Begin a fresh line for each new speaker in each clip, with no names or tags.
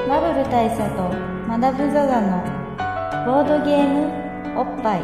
大佐とマダム・ザ・ザのボードゲームおっぱい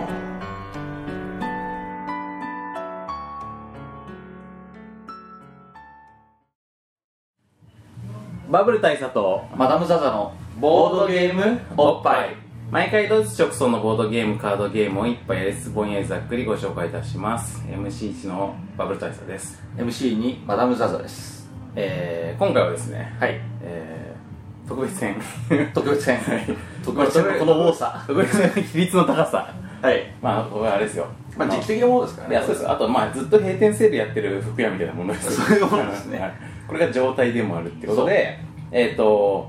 バブル大佐と
マダム・ザ・ザの
ボードゲームおっぱい
い
毎回同日直送のボードゲームカードゲームを一杯やりつぼんやりざっくりご紹介いたします MC1 のバブル大佐です
MC にマダム・ザ・ザです
えー、今回はですね、
はい
えー、特別編
特別編
はい
特別編のこの多さ
特別編の比率の高さ
はい
まあこれはあれですよ
まあ時期的なものですから
い
ね
やそうですあとまあずっと閉店セールやってる服屋みたいなものです
そういうものですね
はいこれが状態でもあるってことでえっ、と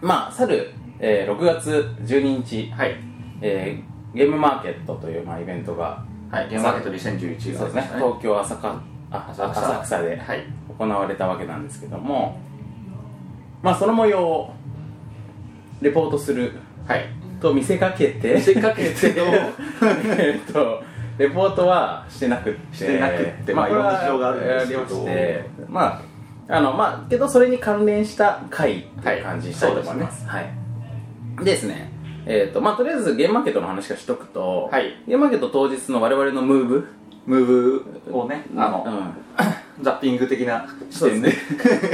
まあ去る、えー6月12日、
はい
えーゲームマーケットという、まあ、イベントが
はいゲームマーケット2011
そう
が
ですね
ありましたね
東京浅かあ浅
浅
草
草
で
はい
行われたわけなんですけども、まあその模様をレポートする
はい
と見せかけて
見せかけて
えっとレポートはしてなくって
してなくってまあ
これはい
ろんな事情があるんですけど
ありましてまああのまあけどそれに関連した回っていう感じにしたいと思います,、はいでですねえっとまあ、とりあえずゲームマーケットの話からしとくと、
はい
ゲームマーケット当日の我々のムーブ
ムーブをねあの、
うん、
ザッピング的な視点で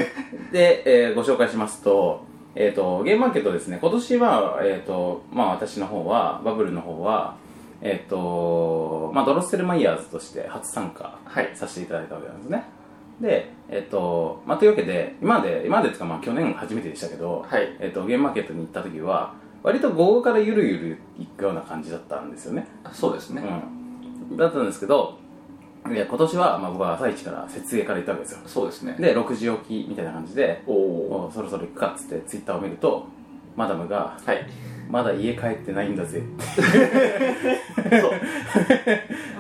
で、えーご紹介しますと,、えー、とゲームマーケットですね今年は、えーとまあ、私の方はバブルの方はえっ、と、まあ、ドロッセルマイヤーズとして初参加
はい
させていただいたわけなんですね、でえっ、と、まあ、というわけで今まで今までですか、まあ、去年初めてでしたけど、
はい
えー、とゲームマーケットに行った時は割と午後からゆるゆる行くような感じだったんですよね
そうですね、
うんだったんですけどいや今年は、まあ、僕は朝一から設営から行ったわけですよ
そうですね
で6時起きみたいな感じで
おお
おそろそろ行くかっつってツイッターを見るとマダムが
はい
「まだ家帰ってないんだぜ」
そう。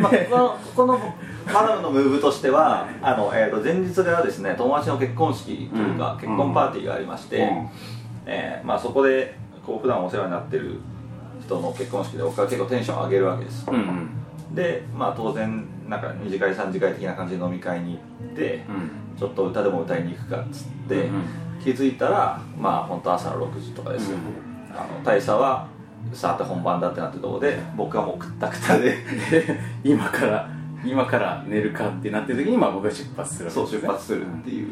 まあ、この、ここの、マダムのムーブとしては、あの、えっ、と、前日からですね、友達の結婚式というか、
うん
結婚パーティーがありまして、
うん
えーまあ、そこで、こう、普段お世話になってる人の結婚式で、僕は結構テンション上げるわけです。
うんうん
で、まあ、当然、なんか、二次会、三次会的な感じで飲み会に行って、
うん
ちょっと歌でも歌いに行くかっつって、
うんうん
気づいたらまあ本当朝の6時とかですよ、あの大佐はさて本番だってなってとこで僕はもうくったくたで
で今から今から寝るかってなってる時に、まあ、僕が出発するわけ
そ
で
う
すね
出発するっていう、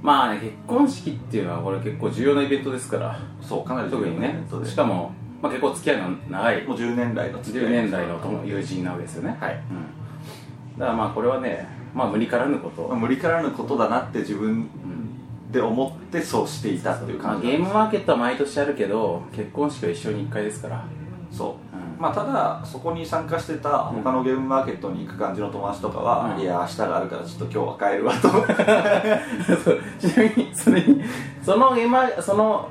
まあね結婚式っていうのはこれ結構重要なイベントですから
そうかなり
特にね
そうです
しかも、まあ、結構付き合いの長い
もう10年来の付き合
10
い
年来の友友人なわけですよね
はい
うん、だからまあこれはねまあ無理からぬこと、
まあ無理からぬことだなって自分
うん
で思ってそうしていたっていう
まあ、
感じ
ゲームマーケットは毎年あるけど結婚式は一生に1回ですから
そう、
うん
まあただそこに参加してた他のゲームマーケットに行く感じの友達とかは、
うん
いや明日があるからちょっと今日は帰るわと
そうちなみにそれにそのゲームマーその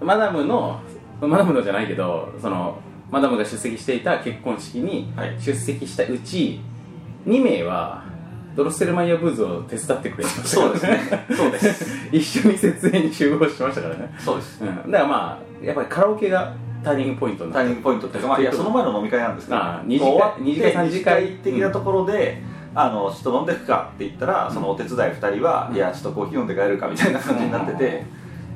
マダムのマダムのじゃないけどそのマダムが出席していた結婚式に
はい
出席したうち、2名はドロッセルマイヤーブーズを手伝ってくれました
そうですねそうで す
一緒に設営に集合しましたからね、
そうです
うん、だからまあやっぱりカラオケがターニングポイントに
タ
な
ー
っ
ニングポイントっていうか、まあ、いやその前の飲み会なんですけど、
ああ二次会
もう終わって
二次会三次会
二次的なところで、あのちょっと飲んでくかって言ったら、そのお手伝い2人は、いや、ちょっとコーヒー飲んで帰るかみたいな感じになってて、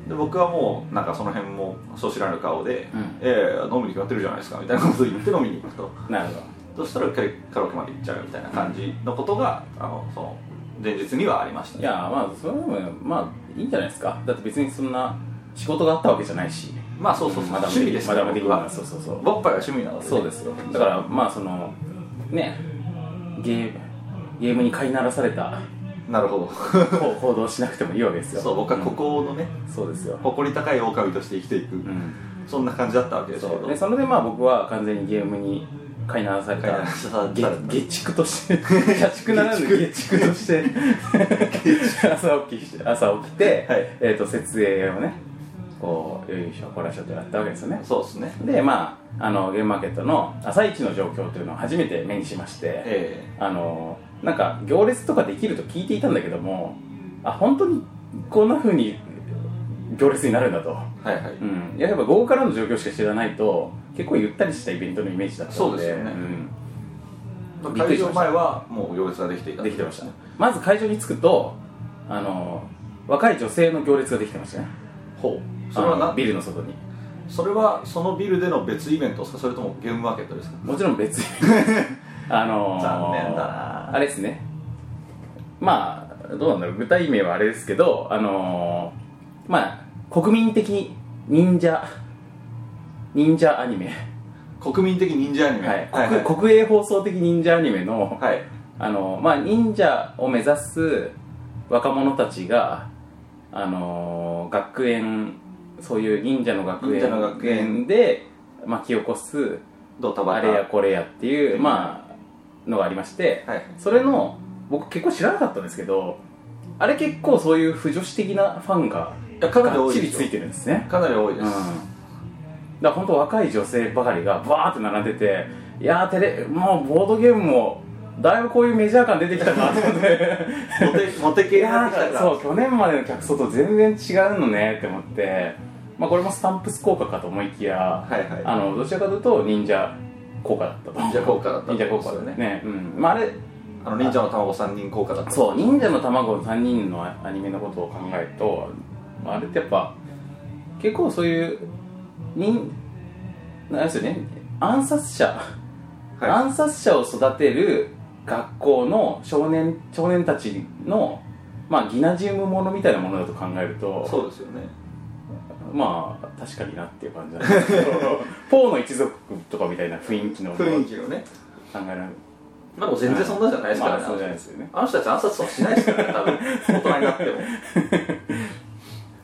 で僕はもう、なんかその辺も、そう知らぬ顔で、
うん
ええ飲みに決まってるじゃないですかみたいなことを言って飲みに行くと、
なるほど
そしたらうっかりカラオケまで行っちゃうみたいな感じのことが、あのその前日にはありました
い
ね。
やまあそれでもまあいいんじゃないですかだって別にそんな仕事があったわけじゃないし
まあそうそうそう、
まだ
趣味です
ま
ね、
だまだ
僕は。
そうそうそう
ボッパイは趣味なので、
そうですよだからまあそのねゲームゲームに飼いならされた
なるほ
こう行動をしなくてもいいわけです
ど。
よ
そう、僕はここのね、
うんそうですよ、
誇り高い狼として生きていく、
うん、
そんな感じだったわけですけど
そうでそれでまあ僕は完全にゲームに飼いならされ
飼いな
た
らされた
げ下畜として 社畜ならぬ下畜として朝起きして 朝起きて、
はい
えー、と設営をねこうよいしょこらしょとやったわけですよね
そうですね
でまああのゲームマーケットの朝一の状況というのを初めて目にしまして、
え
あのなんか行列とかできると聞いていたんだけどもあ本当にこんな風に行列になるんだと、
えはいはい、
うん、いややっぱ午後からの状況しか知らないと結構ゆったりしたイベントのイメージだったので
そうですよね
うん、びっくり
会
し
場
ました
前はもう行列ができていた
できてましたまず会場に着くとあの若い女性の行列ができてましたね
ほうそれは
あの
な
ビルの外に
それはそのビルでの別イベントですかそれともゲームマーケットですか
もちろん 別にあのー、
残念だな
あれですねまあどうなんだろう具体名はあれですけどあのー、まあ国民的忍者忍者アニメ、
国民的忍者アニメ
はい
はいはい
国国営放送的忍者アニメの、
はい
あのーまあ、忍者を目指す若者たちが、あのー学園そういう忍者の学園
忍者の学園
で巻き起こす
ドタバタ
あれやこれやっていう、まあ、のがありまして、
はい
それの僕結構知らなかったんですけどあれ結構そういう不女子的なファンが
いやかなり
が
多
っ
い
ち
で
り
す
ついてるんですね、
かなり多い
うん、
で
だ
す、
から本当若い女性ばかりがバーって並んでていやーテレもうボードゲームもだいぶこういうメジャー感出てきたなと思って
モテモテ
い
系にな
や
ってきた
ー
から
そう去年までの客層と全然違うのねって思って、まあ、これもスタンプス効果かと思いきや、
はいはい
あのどちらかというと忍者効果だったと
忍者効果だった
忍者効果だねうんまあ、あれ
あの忍者の卵三人効果だった
そう忍者の卵の3人のアニメのことを考えるとまああれってやっぱ結構そういう忍なんですよね暗殺者、
はい
暗殺者を育てる学校の少年少年たちのまあギナジウムものみたいなものだと考えると
そうですよね
まあ確かになっていう感じ なんですけどポーの一族とかみたいな雰囲気のもの
雰囲気をね
考えられる
まあでも全然そんなじゃないですからね、
まあそうじゃないですよね
あの人たち暗殺はしないですからね多分大人になっても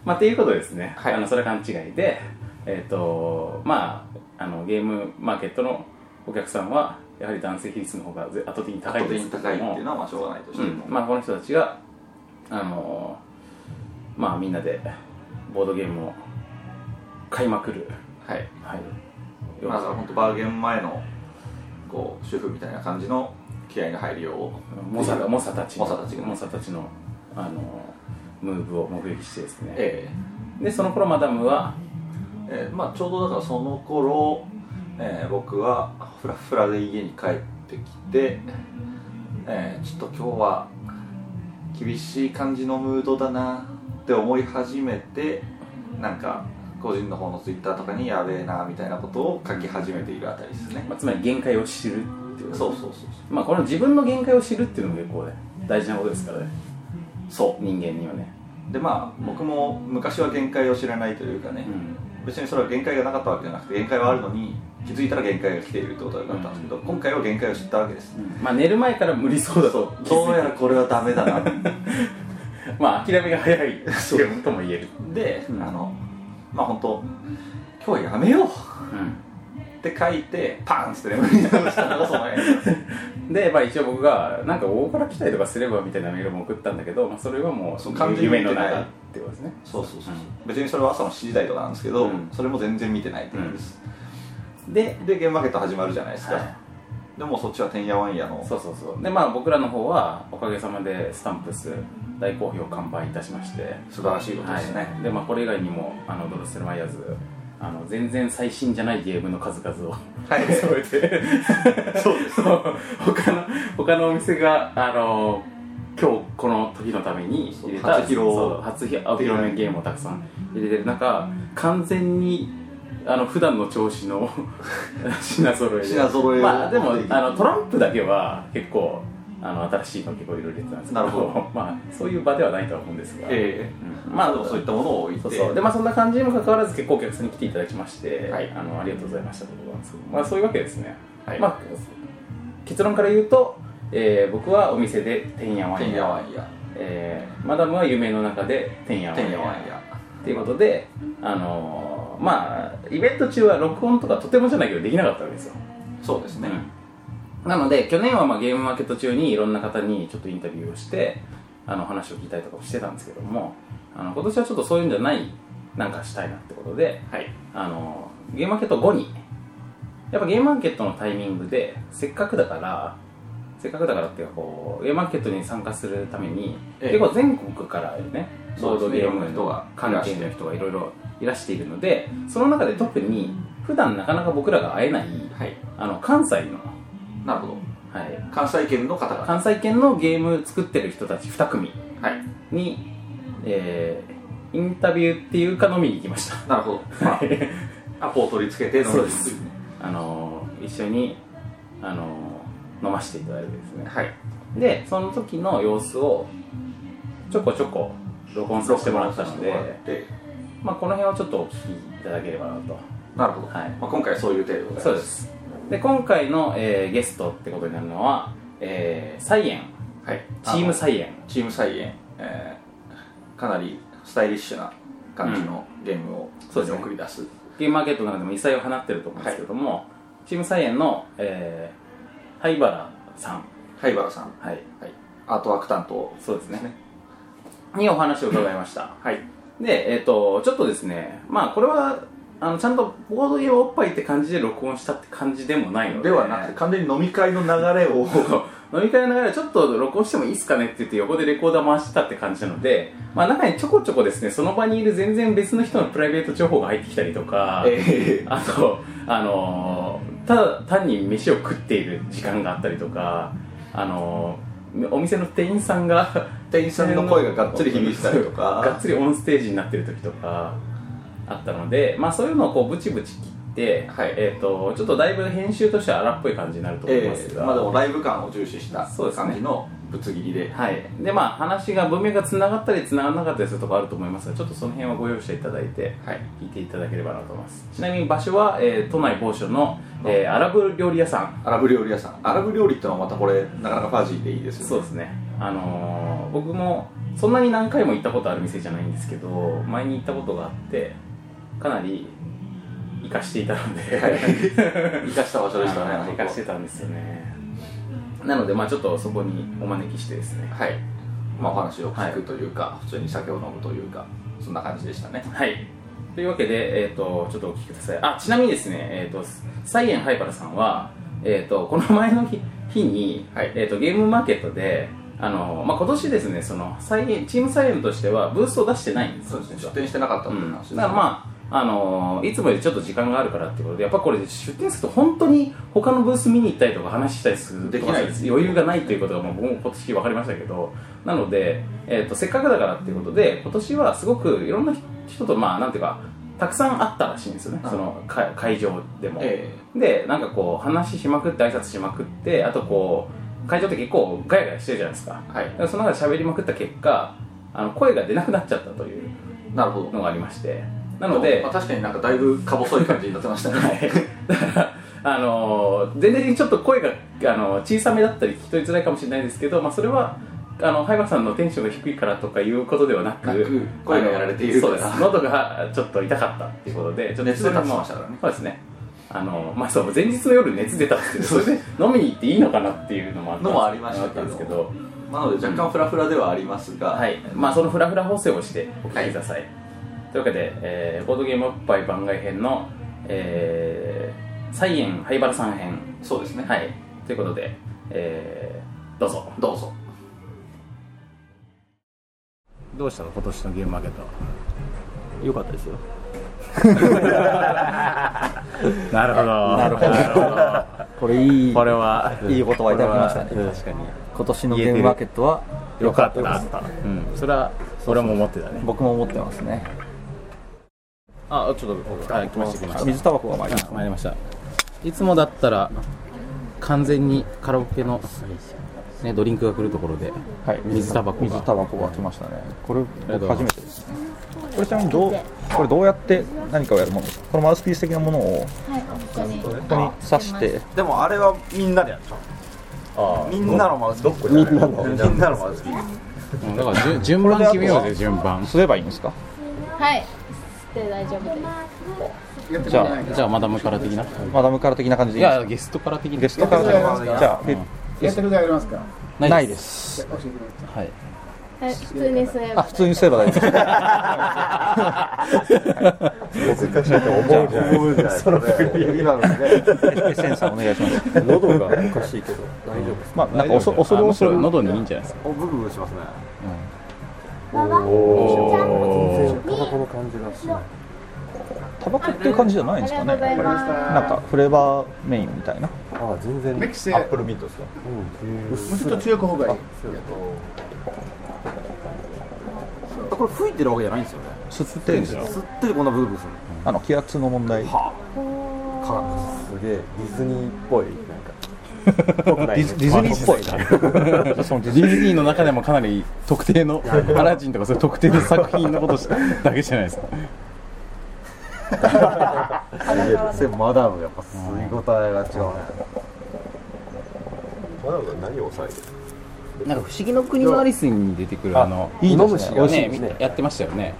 まあ、っていうことですね、
はい
あのそれは勘違いで、えーとまあ、あのゲームマーケットのお客さんはやはり男性比率の方がぜ圧倒的に高
圧
い
倒
ん
的
です
に
け
高
ど
いって
も
いうのはまあしょうがないとして
う
も、
んまあ、この人たちが、あのーまあ、みんなでボードゲームを買いまくる、
はい
はい
まあだから本当バーゲン前のこう主婦みたいな感じの気合が入るよう
モサモサたちの
モサたちがね
モサたちの、あのームーブを目撃してですね、
え
でその頃マダムは
えええまあちょうどだからその頃、ええ僕はフラフラで家に帰ってきて、ええちょっと今日は厳しい感じのムードだなって思い始めてなんか個人の方のツイッターとかにやべえなみたいなことを書き始めているあたりですね
まあ、つまり限界を知るっていう
そうそうそう
まあこの自分の限界を知るっていうのも結構ね大事なことですからね
そうそ
人間にはね、
うでまあ僕も昔は限界を知らないというかね、
うん、
別にそれは限界がなかったわけじゃなくて限界はあるのに気づいたら限界が来ているってことだったんですけど、今回は限界を知ったわけです、
まあ寝る前から無理そうだと
そうどうやらこれはダメだな
まあ諦めが早いっていうことも言える
で、
うん
あのまあ本当今日はやめよう
う
って書いてパンっつって眠りに落ちたのがその辺
んでまあ一応僕がなんか大から来たりとかすればみたいなメールも送ったんだけど、まあ、それはも
そう
う
完全に
夢
見
の
てない
中ってことですね
そうそうそう、別にそれは朝の7時台とかなんですけど、
うん
それも全然見てないって感じです、
で、
でゲームマーケット始まるじゃないですか、
は
でもうそっちはてんやわんやの
い、そうそうそうでまあ僕らの方はおかげさまでスタンプス大好評完売いたしまして
素晴らしいことですね、
はい、でまあこれ以外にもあのドロッセルマイヤーズあの全然最新じゃないゲームの数々を
はい
揃えて そうです他の他のお店があの今日この時のために入れた
そう初披露
そう初ひお披露目ゲームをたくさん入れてる中完全にあの普段の調子の 品揃えで
品揃えを
まあでもあのトランプだけは結構あの新しいの結構いろいろ入れてたんですけど
なるほど
まあそういう場ではないとは思うんですが、
ええ
うん
ま
ま
あ
あ
でもそういったものを置いて
そうそうでまあそんな感じにもかかわらず結構お客さんに来ていただきまして、
はい
あのありがとうございましたということなんですけど、まあ、そういうわけですね、
はい
まあ、結論から言うと、えー僕はお店でてんやわ
て
ん
んやわ
や、
んや
えーマダムは夢の中でてんやわん
てん
や
やわんや
っていうことで、あのーまあイベント中は録音とかとてもじゃないけどできなかったわけですよ
そうですね、
うんなので去年はまあゲームマーケット中にいろんな方にちょっとインタビューをしてあの話を聞いたりとかもしてたんですけどもあの今年はちょっとそういうんじゃないなんかしたいなってことで
はい
あのゲームマーケット後にやっぱゲームマーケットのタイミングでせっかくだからせっかくだからっていうかこうゲームマーケットに参加するために、
ええ
結構全国からね
そ
ボ
う
ードゲー
ですねいろんな
ム
人が
の関係の人がいろいろいらしているのでその中で特に普段なかなか僕らが会えない
はい
あの関西の、
なるほど
はい、
関西圏の方々
関西圏のゲーム作ってる人たち2組
はい
に、えーインタビューっていうか飲みに行きました
なるほど、まあ、アポを取り付けて飲みに行く
そうですあのー一緒に、あのー飲ませていただいてですね
はい
でその時の様子をちょこちょこ録音させてもらったので、まあ、この辺をちょっとお聞きいただければなと
なるほど、
はい
まあ、今回はそういう程度でござ
そ
います
うですで今回の、えーゲストってことになるのは、えーサイエン
はい、
チームサイエン
チーム菜園、えーかなりスタイリッシュな感じのゲームを
そうですね
送り出す、
ゲームマーケットの中でも異彩を放ってると思うんですけども、チームサイエンの、えー、灰原さん
灰原さん、
はい
はい、アートワーク担当
そうですね
ですね
にお話を伺いました
はい
でえっ、とちょっとですねまあこれはあのちゃんとボードゲームおっぱいって感じで録音したって感じでもないので
ではなくて完全に飲み会の流 れを
飲み会の流れちょっと録音してもいいっすかねって言って横でレコーダー回してたって感じなので、まあ、中にちょこちょこですねその場にいる全然別の人のプライベート情報が入ってきたりとか、
え
あと、あのーただ単に飯を食っている時間があったりとか、あのーお店の店員さんが
ー店員さんの声ががっつり響いてたりと
がっ
か
つりオンステージになってる時とかあったので、まあ、そういうのをこうブチブチ切って、
はい
えー、とちょっとだいぶ編集としては荒っぽい感じになると思いま
え
す
え
が、
まあでもライブ感を重視した
そうですね
感じのぶつ切りで
はい、でまあ話が文明がつながったりつながらなかったりするとこあると思いますがちょっとその辺はご容赦いただいて
はい
聞いていただければなと思いますちなみに場所は、えー都内某所の、えーアラブ料理屋さん
アラブ料理屋さんアラブ料理ってのはまたこれなかなかファジーでいいですよね
そうですねあのー僕もそんなに何回も行ったことある店じゃないんですけど前に行ったことがあってかなり活かしていたので、
生かした場所でしたねあ
生
そこ
かしてたんですよねなのでまあちょっとそこにお招きしてですね
はい、まあ、お話を聞くというか、普通に酒を飲むというかそんな感じでしたね
はい。というわけで、えっ、と、ちょっとお聞きください。あ、ちなみにですね、えっ、と、サイエンハイパラさんは、えっ、と、この前の日日に、
はい
えっ、と、ゲームマーケットで、あの、まあ、今年ですね、その、サイエン、チームサイエンとしてはブースを出してないんですよ
出店してなかったという話です、
だからまあ、あのーいつもよりちょっと時間があるからってことでやっぱこれ出店すると本当に他のブース見に行ったりとか話したりする
できない
余裕がないということがもう僕も今年分かりましたけどなので、えー、とせっかくだからっていうことで今年はすごくいろんな人とまあなんていうかたくさん会ったらしいんですよね
あ
その会会場でも、
え
でなんかこう話しまくって挨拶しまくってあとこう会場って結構ガヤガヤしてるじゃないですか
えは
だ
い
からその中で喋りまくった結果あの声が出なくなっちゃったという
なるほど
のがありましてなので
まあ、確かになんかだいぶか細い感じになってましたね、
はい だからあのー全然ちょっと声が、あのー小さめだったり聞き取りづらいかもしれないですけど、まあ、それはあの灰原さんのテンションが低いからとかいうことではなく
なく声がやられている
あ
か
の
ら
そうです喉がちょっと痛かったっていうことでちょっと
熱
それ
で
も
立ちましたからね
そうですねあのーまあ、そう前日の夜熱出たんですけどそれで飲みに行っていいのかなっていうのもあった
のもありましたけど
あったんですけど
なので若干フラフラではありますが、
はい、まあそのフラフラ補正をしてお聞きください、というわけで、えーボードゲームおっぱい番外編の、えー、サイエン灰原さん編
そうですね、
はいということで、えーどうぞ
どうぞ
どうしたの今年のゲームマーケット
良かったです よ
なるほどなるほど
これい い
これは
いい言葉いただきましたね
確かに
今年のゲームマーケットは良かったです
うん、それは俺も思ってたね
僕も思ってますね
あちょっとあ来ました来ました
水タバコが参りました
参りましたいつもだったら完全にカラオケの、ね、ドリンクが来るところで
はい
水タバコが
水タバコが来ましたねこれ
りがと
僕
うござ
初
いま
めてですねこれちなみにどうこれどうやって何かをやるものですかこのマウスピース的なものを
はい、本当に。
ここに挿して
でもあれはみんなでやるでしょみんなのマウスピースみんなのマウスピース
うんだから順順番決めようぜ順番
すればいいんですか
はい。で大丈夫です。
じゃあ
じゃあマダムから的な
マダムから的な感じで
い
いいです
やゲストから的
か
に
ゲストから的なじゃあえ
やってることやりますか
ないです
はい
はい、普通にすれ
あ
ば
普。通にすれば大丈夫です
難しいと思うじゃない ですか今のね
エセンサーお願いします
喉がおかしいけど大丈夫です
まあなんか恐恐る
あむし
恐
ろ
る
喉にいいんじゃないですか
おブクブクしますね
お
タバコの感じがしない
タバコっていう感じじゃないんですか
ありがとう
ね
ございます。
なんかフレーバーメインみたいな
あ全然
メキシ
アップルミントですかう
もうちょっと強く方がいい
これ吹いてるわけじゃないんですよね
吸ってるんですよ
吸っててこんなブクブクする
あの気圧の問題
科学です
すげえディズニーっぽいなんか
ディズディズニーっぽいそのディズニー
ディズニーの中でもかなり特定のアラジンとかそういう特定の作品のことしだけじゃないですか
ぽい
マダムやっぱ吸いごたえが違うね
マダムは何を抑えてる
なんか不思議の国のアリスに出てくるあの
いいで
飲む
す
し
ね
よ
ね
ね
みやってましたよね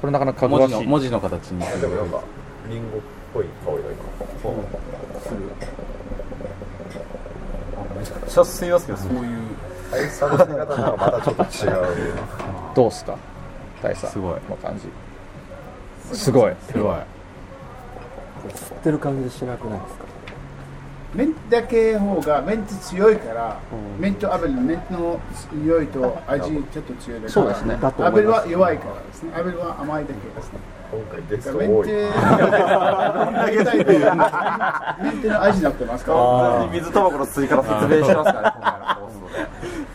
これなかなか
文
詳
字
し
の
い
文字の形に
でもなんかリンゴっぽい香りが今
めっちゃ吸いますけどそういう
ああいう探し方なんかまたちょっと違う
どうっすか大佐
すごい
の感じすごい
すごい
吸ってる感じしなくないですか
メンチだけ方がメンチ強いから、メンチとアベルのメンチの匂いと味ちょっと強いだから
そうですね
だと
ア
思
ベ
い
ル
ま
は
す
弱いからですねアベルは甘いだけですね
今回ゲス
だ
ト
からメン
多い
チメンチの味になってますから
水タバコの吸い方説明しますか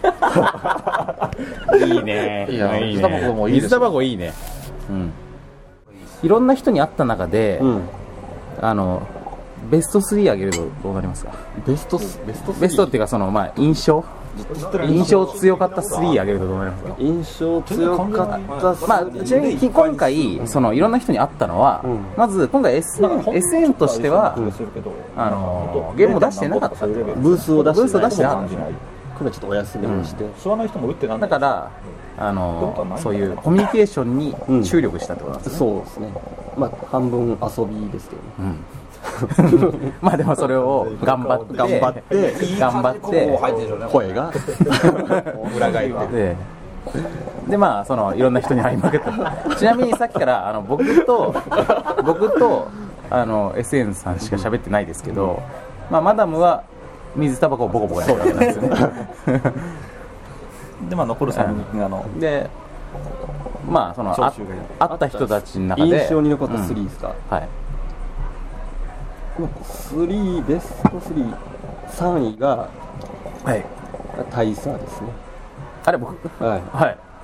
らね今回の放送で
いいね
いや
ね
水タバコもいいですね
水タバコいいねうんいろんな人に会った中で、あのベスト3あげるとどうなりますか
ベストスベスト
ベストっていうかそのまあ印象印象強かった3あげるとどうなりますか
印象強かった
まあ、ちなみに今回そのいろんな人に会ったのは、まず今回 SN, SN としては、あのゲームを出してなかった
ブースを出して
ブースを出してなかった
今回ちょっとお休みをして、
吸わない人も打ってなん
だからあのそういうコミュニケーションに注力したってことなんですね、
そうですねまあ半分遊びですけどね
まあでもそれを頑張って
頑張って
頑張って
声が裏返って
ででまあそのいろんな人に会いまくったちなみにさっきからあの僕と僕とあの SN さんしか喋ってないですけど、まあ、マダムは水タバコをボコボコやってたんですよね
でまあ残る3人があの
でまあそのあ
長州がいる
会った人たちの中で
印象に残った
うん
3ですか、
はい
3ベスト33位が
はい
大佐ですね
あれ僕
はい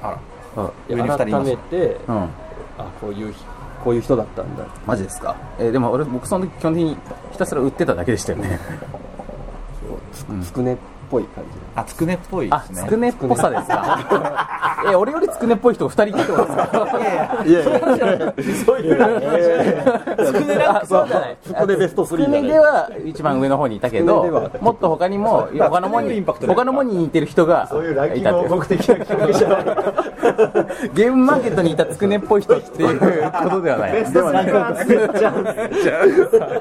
はい
で
上に二人い
改
ます
めて
うん
あこういう日こういう人だったんだ
マジですか、えーでも俺僕その時基本的にひたすら売ってただけでしたよね
つく,、ねっぽい感じ
あつくねっぽい
あつくねっぽさです かえ俺よりつくねっぽい人が2人いたってことですかいや そういうつくねランクそうじゃないつくねベスト3つくねでは一番上の方にいたけどもっと他にも他のもんに他のもんに似てる人が
そういうランキ
い
ン
た
グ
って
を
こと
目的な企画じゃない
ゲームマーケットにいたつくねっぽい人っていうことではない。ではない。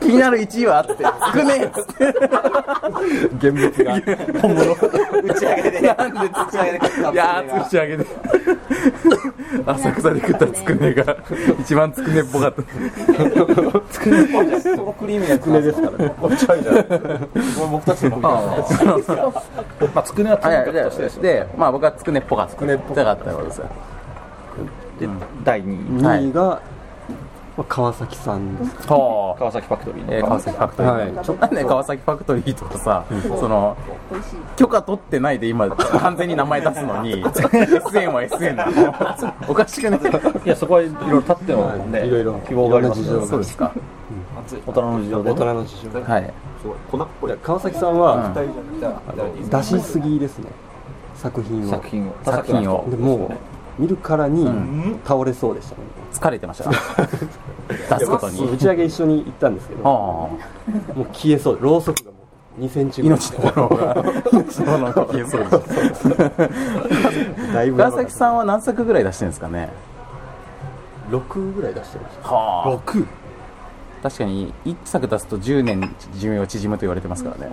気になる1位はあって、つくねっつって。現物が本物。打ち上げで。なんで打ち上げで。いやー、打ち上げで。浅草で食ったつくねが一番つくねっぽかった。
まあつくねはと
あ
に
いや
かく
いや
としてですよ
で、まあ僕はつくねっぽかった。つくねっぽかったわけですよ。
第2位
はい
2位が、まあ川崎さんです
ほう。
川崎ファクトリー
えー川崎ファクトリー、
はい
ちょなんで川崎ファクトリーとかさ、その許可取ってないで今完全に名前出すの に SN は SN なのおかしくない
いやそこはいろいろ立ってもね
いろいろ
希望がありますよね
そうですか
大人の事情で
大人の事情で
はい
粉っぽい
川崎さんは、出しすぎですね作品を
作品を
作品を
でもう見るからに倒れそうでしたね、
疲れてました 出すこと
そう打
に
ち上げ一緒に行ったんですけども
ああ
う消えそうろうそくがもう2センチぐらい
命の炎が命の炎が消えそうでした
だいぶ
川崎さんは何作ぐらい出してるんですかね
6ぐらい出してました
はあ確かに1作出すと10年寿命を縮むと言われてますからね、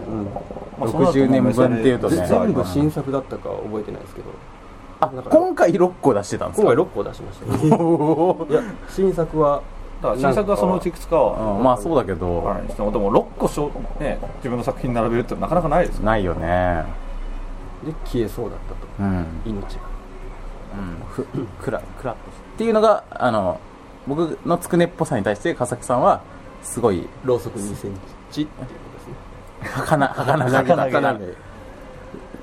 60年分っていうとね
全部新作だったかは覚えてないですけど
あ今回6個出してたんです
今
か
回6個出しましたね、いや新作は
だから新作はそのうちいくつかは
うんまあそうだけど、
あるにしてもでも6個しょ、ね、自分の作品並べるってなかなかないですね
ないよね
で消えそうだったと
うん
命が
ふくらくらっとっていうのがあの僕のつくねっぽさに対して笠木さんはすごい
ろうそく2センチっていうことですね
儚儚さが儚い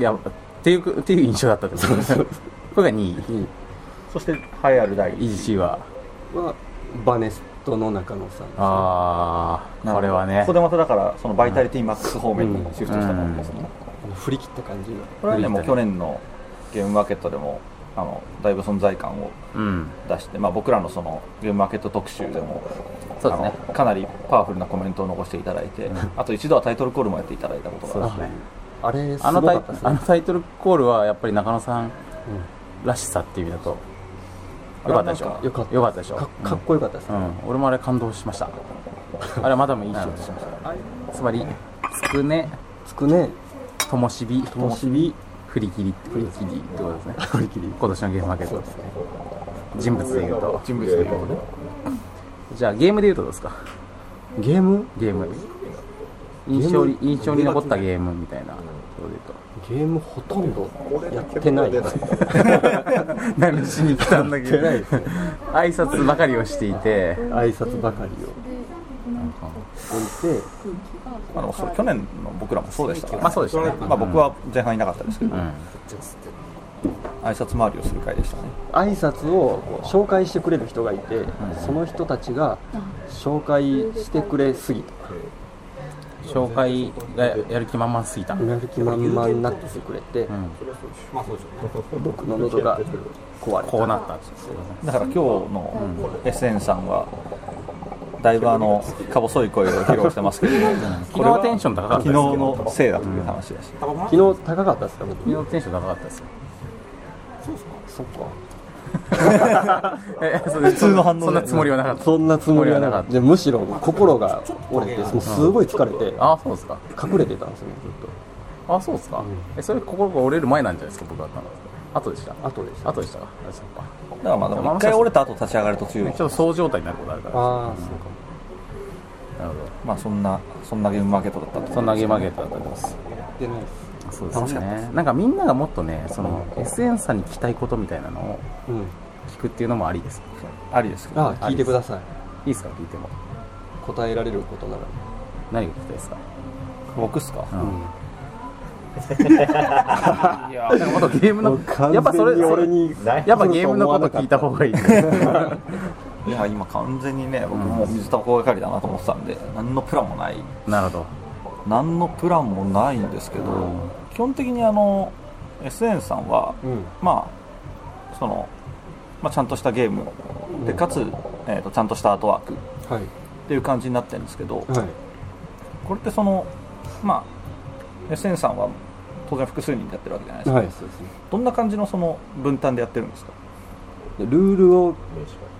やっていうっていう印象だったってことですねこれが2位
位
そして栄えある第一
イージーは
はバネストの中野さん
ああこれはね
そこでまただからそのバイタリティマックス方面にシフトしたんですね、
あの振り切った感じが
これはねもう去年のゲームマーケットでもあのだいぶ存在感を
うん
出して、まあ、僕らのそのゲームマーケット特集でも
そうですね
あのかなりパワフルなコメントを残していただいてあと一度はタイトルコールもやっていただいたことがあって
あれす
あの
ご
タ
か
イ
ったです
あ
ね
のタイトルコールはやっぱり中野さんらしさっていう意味だとよかったでしょ
よかった
よかったでしょ
かかっこよかったです
う
ね、
ん、俺もあれ感動しましたあれはまだもいい仕事しましたつまりつくね
つくね
ともしび
ともしび
振り切り振り切りってことですね
振り切り
今年のゲームマーケット人物でいうと
人物で言うとね
じゃあゲームでいうとどうですか
ゲーム
ゲーム印象に
ゲーム
印象に残ったゲームみたいなことでいうと
ゲームほとんどやってないですね
何しに来たんだけど
やってない
挨拶ばかりをしていて
挨拶ばかりを置いて
まあ、でもそれ去年の僕らもそうでしたからね
まあそうでしたね
まあ、僕は前半いなかったですけど、
うん
挨拶回りをする回でしたね
挨拶をこう紹介してくれる人がいて、その人たちが紹介してくれすぎた
紹介がやる気満々すぎたうん
やる気満々になってくれて、僕の喉が壊れた
こうなったんですよ
だから今日の SN さんはだいぶあのか細い声を披露してますけど
昨日はテンション高かったです
昨
けど
日のせいだという話です、
昨日高かったですか僕
昨日テンション高かったですよ
そっか
えそうです
普通の反
そん
応だよね
なつもりはなかった
そんなつもりは
つもりはな
なか
か
っ
ったた
でむしろ心が折れてもうすごい疲れて
あそうですか
隠れてたんですよねずっ
あそうですか、えそれ心が折れる前なんじゃないですか僕だったの後でした
と後でした
後でしたかあそうか
だからまあでも一回折れた後立ち上がる途中
ちょっとそう状態になることあるから
ああそうか
なるほ
まあそんなそんなゲームマーケットだった
どそんなゲームマーケットだと思います
やってないです
そうですねなんかみんながもっとねその SN さんに聞きたいことみたいなのを
うん
聞くっていうのもありです
ありですけど
ああ聞いてくださ
い
い
いですか聞いても
答えられることなら
何が聞きたいですか
僕っすか
いやなんかゲームの やっぱそれ
完全に俺に
やっぱゲームのこと聞いた方がいい
いや今完全にね僕もう水たばこ係だなと思ってたんで何のプランもない
なるほど
何のプランもないんですけど、基本的にあの SN さんは、
うん
まあそのまあ、ちゃんとしたゲームでかつ、えー、とちゃんとしたアートワークっ
はい
ていう感じになってるんですけど、
はい
これってその、まあ、SN さんは当然複数人でやってるわけじゃないですか、
はいそうですね
どんな感じのその分担でやってるんですか
ルールを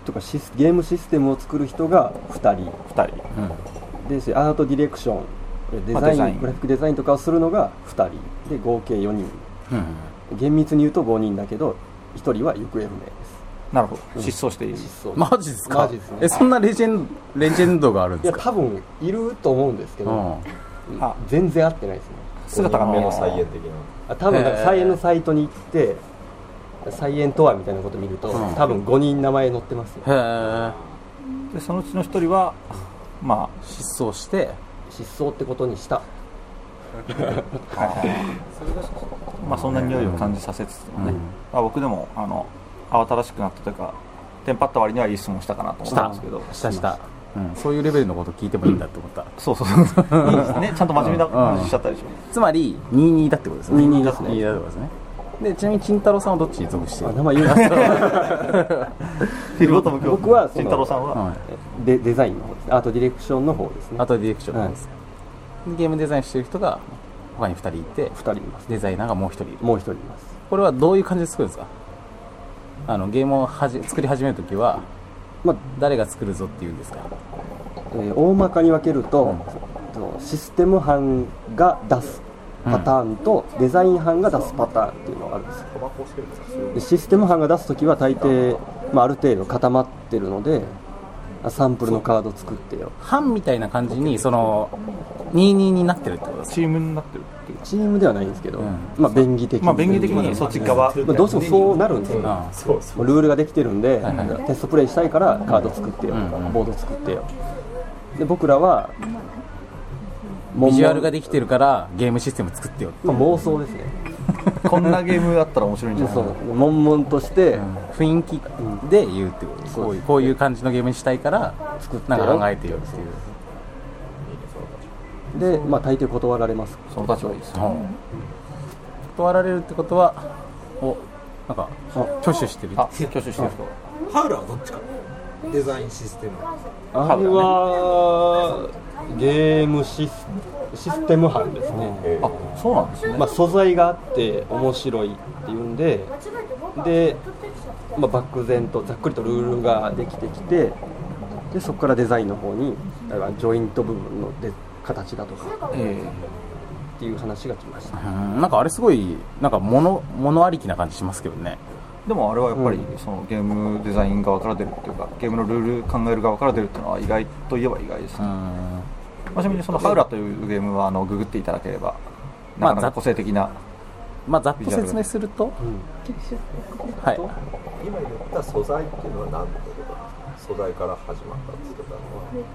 とかシスゲームシステムを作る人が2人
2人
ですしアートディレクションデ
まあ
ザ
デ
イン,、
ザイン
グラフィックデザインとかをするのが2人で合計4人厳密に言うと5人だけど1人は行方不明
なるほど失踪している、
です失踪
マジですか
マジですね
えそんなレジェンレジェンドがあるん
い
です
や
か
多分いると思うんですけ
う
ど、
ん
あ
全然合ってないですね
姿が見え
目
な
の
い
再現的な
あ多分
へー
菜園のサイトに行って菜園とはみたいなこと見ると、
うん
多分5人名前載ってますよ
へえ
でそのうちの1人はま
失踪して
失踪ってことにした
あ、まあそんな匂いを感じさせつつもね、まあ、僕でもあの慌ただしくなったというかテンパった割にはいい質問したかなと思ったんですけど
したした、うん、そういうレベルのこと聞いてもいいんだって思った、
そうそうそう いいですねちゃんと真面目な話しちゃったでしょ、
つまり22だってことですね
22ですね
22だってことですねでちなみに金太郎さんはどっちに属してい
あ
る
名前言うな
フィルボトム教
僕はその
慎太郎さんは、
はい
デデザインの方ですねアートディレクションの方ですね
あとはディレクションなんです、ゲームデザインしてる人が他に2人いて
2人います
デザイナーがもう1人いる
もう1人います
これはどういう感じで作るんですかあのゲームをはじ作り始めるときは
まあ
誰が作るぞっていうんですか
えー大まかに分けると、とシステム班が出すパターンと、デザイン班が出すパターンっていうのがあるんですよでシステム班が出す時は大抵、まあ、ある程度固まってるのであサンプルのカード作ってよ
班みたいな感じにその22になってるってことですか
チームになってるっていう
チームではないんですけど、
ん
まあ便宜的に、
まあ便宜的にそっち側
まあどうしてもそうなるんですよ、
あ
もうルールができてるんで、テストプレイしたいからカード作ってよ、ボード作ってよで僕らは
ビジュアルがで
で、
きてるからゲームシステム作ってよ
まあ妄想ですね
こんなゲームあったら面白いんじゃない
そう悶々として
雰囲気で言うってことです、
うん
こういうこういう感じのゲームにしたいから
作って
な
よ
んか考えてよっていう
でまあ大抵断られます
その立場いいです
断られるってことはおなんか挙手してる
あ挙手してる人
ハウルはどっちかデザインシステム
あれはゲームシスシステム班ですね、
あそうなんですね
まあ、素材があって面白いっていうんでで、まあ、漠然とざっくりとルールができてきてでそこからデザインの方にだからジョイント部分ので形だとか
え
っていう話が来ました
えうんなんかあれすごいなんか物物ありきな感じしますけどね
でもあれはやっぱりそのゲームデザイン側から出るっていうかゲームのルール考える側から出るっていうのは意外といえば意外です
う
ね、
ん
まあ、ちなみにそのハウラというゲームはあのググっていただければなかなか個性的な
まあざっと説明すると、はい
今言った素材っていうのは何のことなんですか素材から始まったって言ってたの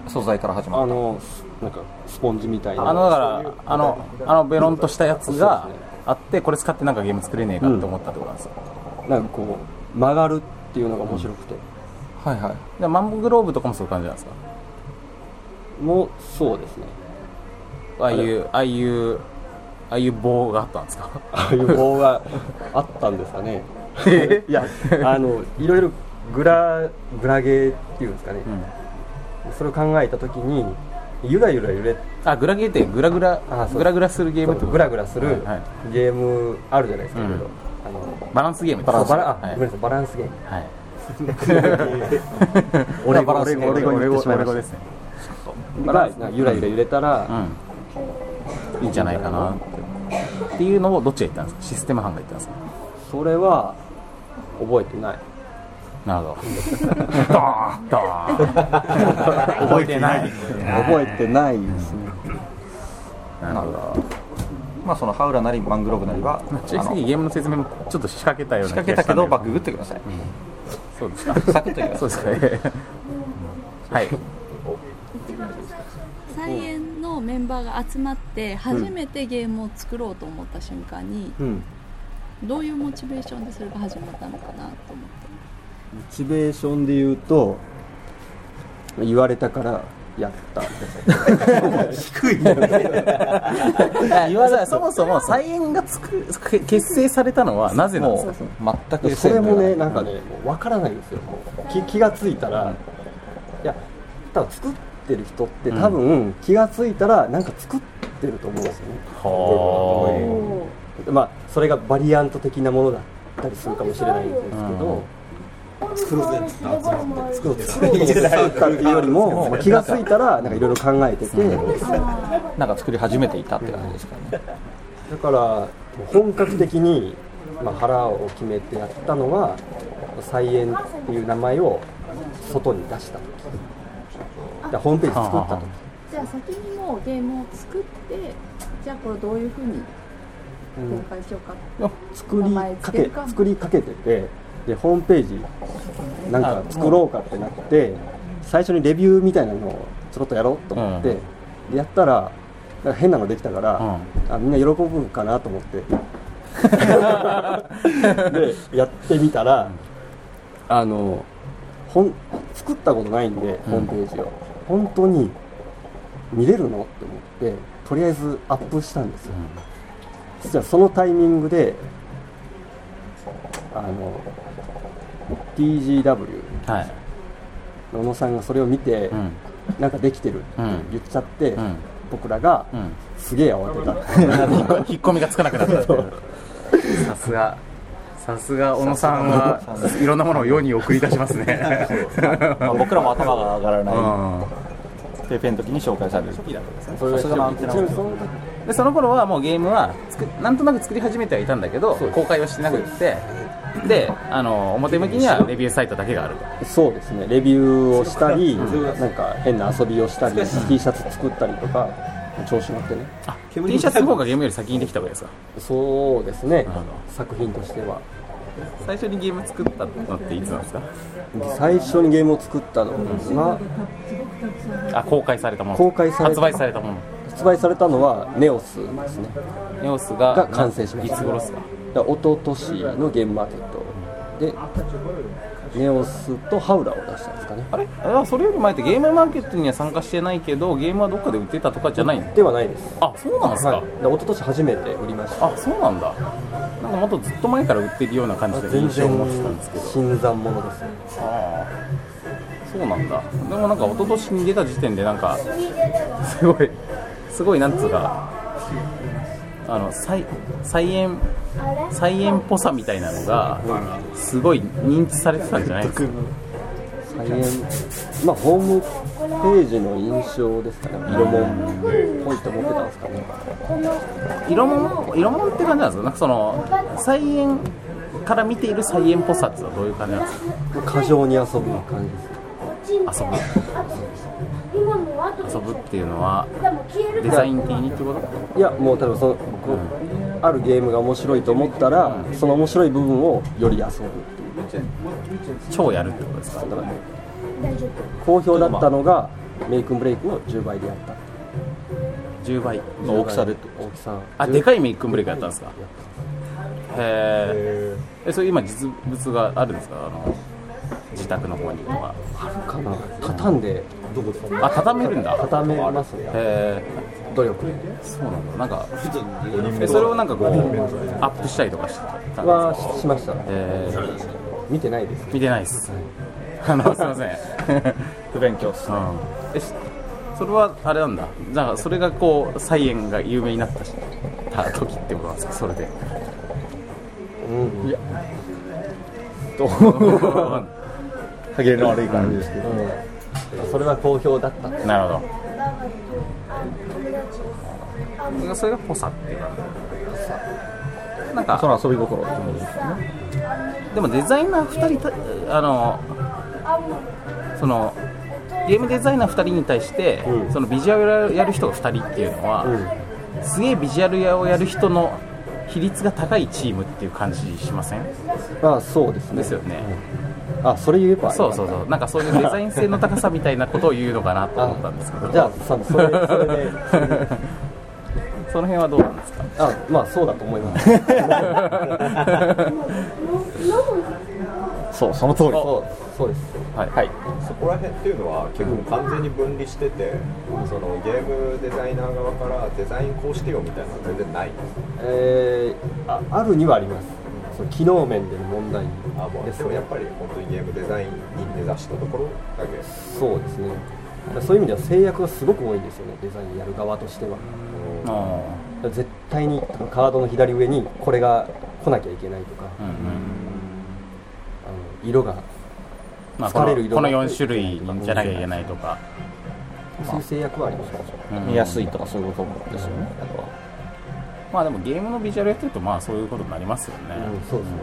は
素材から始ま
あ
る
のなんかスポンジみたいな
あのだからあのあのベロンとしたやつがあってこれ使ってなんかゲーム作れねえかって思ったってことなんですよ、
なんかこう曲がるっていうのが面白くて、
はいはい
でマングローブとかもそういう感じなんですか
もうそうですね
ああいうああいうああいう棒があったんですか
ああいう棒があったんですかね いやあのいろいろグラグラゲーっていうんですかね、それを考えた時にゆらゆら揺れ
あグラゲーってグラグラ
あそう
グラグラするゲームってこと
グラグラす
はい
る
はい
ゲームあるじゃないですか、
うん
いろいろあの
バランスゲーム
バランス
そうそ
バ
う
ランあ、
はい
ごめんなさいバランスゲーム
はい
俺
バランスゲーム
言ってしまいま
オレゴ
し
ですね
たがゆらゆら揺れたら、
うんいいんじゃないかなってっていうのをどっちが言ったんですかシステム班が言ったんですか
それは覚えてない
なるほどドーンドーン覚えてない
覚えてないですね、
なるほど
まあそのハウラなりマングローブなりはあの
正直
仕
ゲームの説明もちょっと仕掛けたような
掛
気
け
が
た
した
け
んだ
どまあググってください
そうですか
サクッといきます
そうですかねはい
サイエンのメンバーが集まって初めてゲームを作ろうと思った瞬間に、
うん、
どういうモチベーションでそれが始まったのかなと思って
モチベーションで言うと言われたからやった
あ言わないそもそも菜園がつくけ結成されたのはなぜなんです
も
か
う全く
それもねなんかねもう分からないんですよ気気がついたら、いや多分作ってる人って多分気がついたらなんか作ってると思うんですよね、
は
まあそれがバリアント的なものだったりするかもしれないんですけど、
作ろうぜって言って集まって作ろうぜって
そうかっていうよりももう気がついたらなんかいろいろ考えてて、
なんか作り始めていたって感じですかね
だから本格的に、まあ、腹を決めてやったのは「菜園」っていう名前を外に出した時だからホームページ作った時
じゃあ先にもうゲームを作ってじゃあこれどういうふうに
うん
公開しようか、
作りかけ作りかけててでホームページなんか作ろうかってなって最初にレビューみたいなのをちょろっとやろうと思って、でやったらなんか変なのできたから、あみんな喜ぶかなと思って でやってみたらあのほん作ったことないんでホームページを、本当に見れるのって思ってとりあえずアップしたんですよ、そしたらそのタイミングであの TGW
い
の小野さんがそれを見て、
うん
なんかできてるって言っちゃって、
ん
僕らが、
ん
すげえ慌てた
引っ込みがつかなくなったっていうさすがさすが小野さんはいろんなものを世に送り出しますね
まあ僕らも頭が上がら
う
なんいペーペンの時に紹介される
それが
さすがのアンテナ
ちなみにその時
でその頃はもうゲームは作なんとなく作り始めてはいたんだけど公開はしてなくってであの表向きにはレビューサイトだけがある
そうですねレビューをしたりなんか変な遊びをしたり T シャツ作ったりとか調子乗ってね
T シャツの方がゲームより先にできたわけですか
そうですね
ほど
作品としては
最初にゲーム作ったのっていつなんですか
最初にゲームを作ったのが
あ公開されたもの
公開され
発
た
売されたもの
発売されたのはネオスですね
ネオスが
が完成しました
いつ頃ですか
だから一昨年のゲームマーケットでネオスとハウラを出したんですかね
あれあれはそれより前ってゲームマーケットには参加してないけどゲームはどっかで売ってたとかじゃないの
ではないです
あそうなんですか、
はい、だから一昨年初めて売りました
あそうなんだなんかもっとずっと前から売ってるような感じで
全
印象
然
を持ってたんですけど
新参者ですね
ああそうなんだでもなんか一昨年に出た時点でなんかすごいすごいなんつうかあの菜菜園菜園っぽさみたいなのがすごい認知されてたんじゃないですか
菜園まあホームページの印象ですかね色もんっぽいと思ってたんですかね
色もん色もんって感じなんですかなんかその菜園から見ている菜園っぽさっていうのはどういう感じなんです
過剰に遊ぶ感じです
か遊ぶ遊ぶっていうのはデザイン的にってこと
いやもう例えばその、こうあるゲームが面白いと思ったら、その面白い部分をより遊ぶっていう
超やるってことですか
だから好評だったのがメイクンブレイクの10倍でやった
10倍
の大きさで
大き
さ
あでかいメイクンブレイクやったんですかへえそれ今実物があるんですかあの自宅の方には
かな畳んでどこで
あ畳めるんだ
畳めますね
へ
努力
そうなんだなんか
人目
えそれをなんかこうアップしたりとかしてたんですか
はししました
え
見てないです
見てないっすあのすいません不勉強っす、うんえしそれはあれなんだじゃあそれがこう菜園が有名になったした時ってことなんですかそれで
うん
いや
と歯切れの悪い感じですけど、
それは好評だった
なるほどそれがポサっていう感じなんか
その遊び心って
でもデザイナー2人たあのそのゲームデザイナー2人に対して、そのビジュアルやる人が2人っていうのは、すげえビジュアルをやる人の比率が高いチームっていう感じしません
まあそうですね
ですよね、
あそれ言えば
そうそうそうなんかそういうデザイン性の高さみたいなことを言うのかなと思ったんですけど
じゃあさそれそれでそれで
その辺はどうなんですか
あまあそうだと思います
そうその通り
そうそうです
はい、
そこら辺っていうのは結構完全に分離してて、そのゲームデザイナー側からデザインこうしてよみたいなのは全然ない
えーああるにはありますその機能面での問題
あもうでもやっぱり本当にゲームデザインに根ざしたところだけ
そうですねだからそういう意味では制約がすごく多いんですよねデザインやる側としてはだから絶対にカードの左上にこれが来なきゃいけないとか、
うんうん
あの色が
まあ、こ
疲
の
れる色
こ
が
の4種類じゃなきゃいけないとか、
そういう制約はあります
うん
見やすいとかそういうこともですよね、
まあでもゲームのビジュアルやってると、まあそういうことになりますよね。
そうですね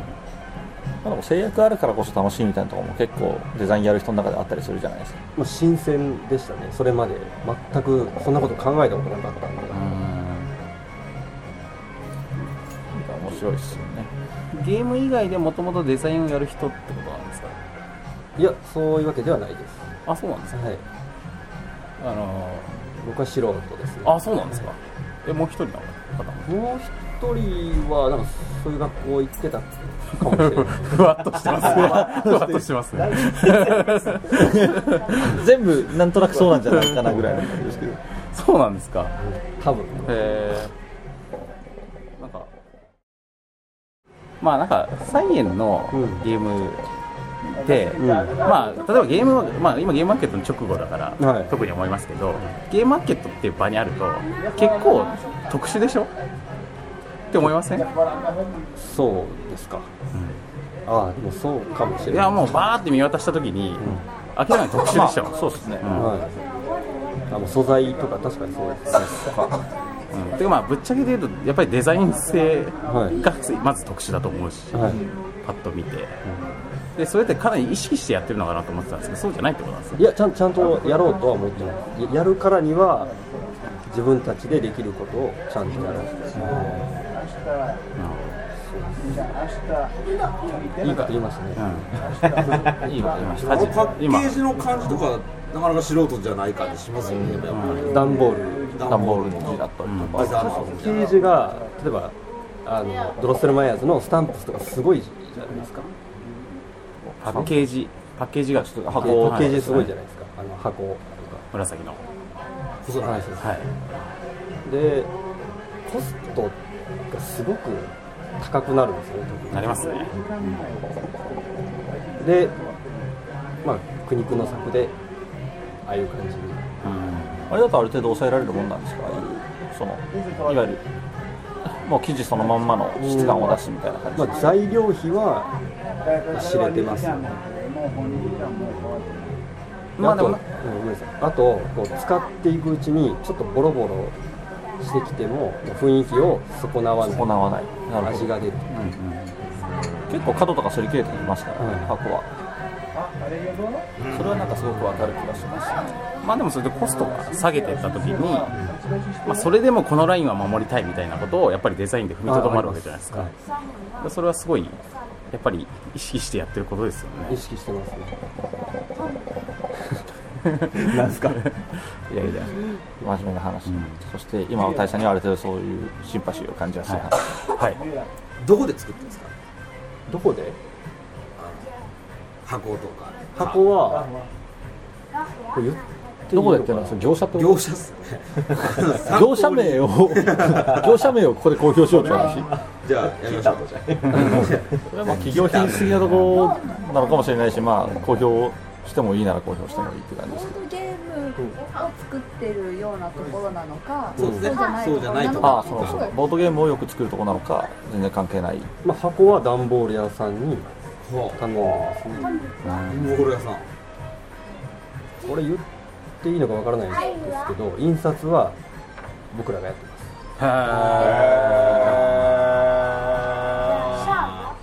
なんか制約あるからこそ楽しいみたいなところも結構デザインやる人の中であったりするじゃないですか
もう新鮮でしたねそれまで全くそんなこと考えたことなかったんで
なんか面白いですよね
ゲーム以外でもともとデザインをやる人ってことなんですか
いやそういうわけではないです
あそうなんです
かはい
あの
僕は素人ですね
あそうなんですかえもう一人なの方も
もう一人はなんかそういう学校行ってたかもしれない
ふわっとしてますねふわっとしてますね
全部なんとなくそうなんじゃないかなぐらいの感じですけど
そうなんですか
多分
へえなんかまあなんかサイエンのゲームで、
うん
まあ、例えばゲームは、まあ、今ゲームマーケットの直後だから、
はい
特に思いますけどゲームマーケットっていう場にあると結構特殊でしょって思いませんい
そうですか、ああでもそうかもしれない
やもうバーって見渡した時に、明らかに特殊でしょ、
まあそうですね、
うん
はい、あもう素材とか確かにそうです
うんてかまあぶっちゃけで言うとやっぱりデザイン性
はい
がまず特殊だと思うし、
はい
パッと見て、でそれってかなり意識してやってるのかなと思ってたんですけどそうじゃないってことなんですね
いやちゃんちゃんとやろうとは思ってますややるからには自分たちでできることをちゃんとやろういいこと言いますね、
いいこと言いま
このパッケージの感じとかなかなか素人じゃない感じしますよね、やっぱり
段ボール
段ボールの字だった
パッケージが例えばあのドロッセルマイヤーズのスタンプスとかすごいじゃないですか
パッケージパッケージがちょっと
箱パッケージすごいじゃないですか、あの箱とか
紫の
細長いですはいでコストがすごく高くなるんですよね特に
なりますね
でまあ苦肉の策でああいう感じに
あれだとある程度抑えられるもんなんですかそのいわゆるもう生地そのまんまの質感を出すみたいな感じ、
まあ、材料費は知れてますよね
まあで
あ
も
と,うん、ごめんなさいあとこう使っていくうちにちょっとボロボロしてきても雰囲気を損なわない
損なわないなるほど
味が出る、
結構角とかすり切れてきますからね、箱はそれはなんかすごくわかる気がします
まあでもそれでコストが下げてった時に、まあ、それでもこのラインは守りたいみたいなことをやっぱりデザインで踏みとどまるわけじゃないですかそれはすごいやっぱり意識してやってることですよね
意識してますね
なんですか
いやいや
真面目な話、そして今の大社にはある程度そういうシンパシーを感じやすい話
はい、
どこで作ってんですか
どこで
箱とか
箱はこれ言っ
どこでやってるのそれ業者って
業者っすね
業者名 を業者名をここで公表しようって話
じゃあやりましょう
それはまあ企業品質的なところなのかもしれないしまあ公表してもいいなら公表してもいいって感じですけど
ゲームを作ってるようなところなのか、
そうですねそうじゃないとこ
ああそうそうボードゲームをよく作るとこなのか全然関係ない
まあ、箱は段ボール屋さんに頼んでますね
モール屋さん
これ言っていいのかわからないんですけど印刷は僕らがやってます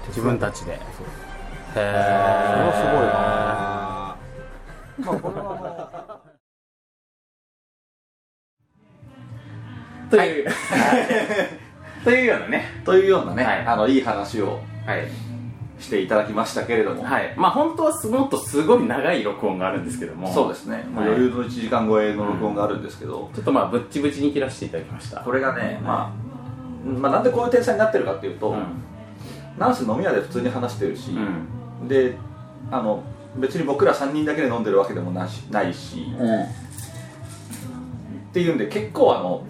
自分たちでへえそれ
は
すごいなまあこれは
という、というようなねというようなね、い、あのいい話を、していただきましたけれども、
はい、まあ本当はすもっとすごい長い録音があるんですけども
そうですねもう余裕の1時間超えの録音があるんですけど、
ちょっとまあぶっちぶちに切らせていただきました
これがね、まあ、まあなんでこういう点差になってるかっていうと、なんせ飲み屋で普通に話してるし、であの別に僕ら3人だけで飲んでるわけでもなしないし、っていうんで結構あの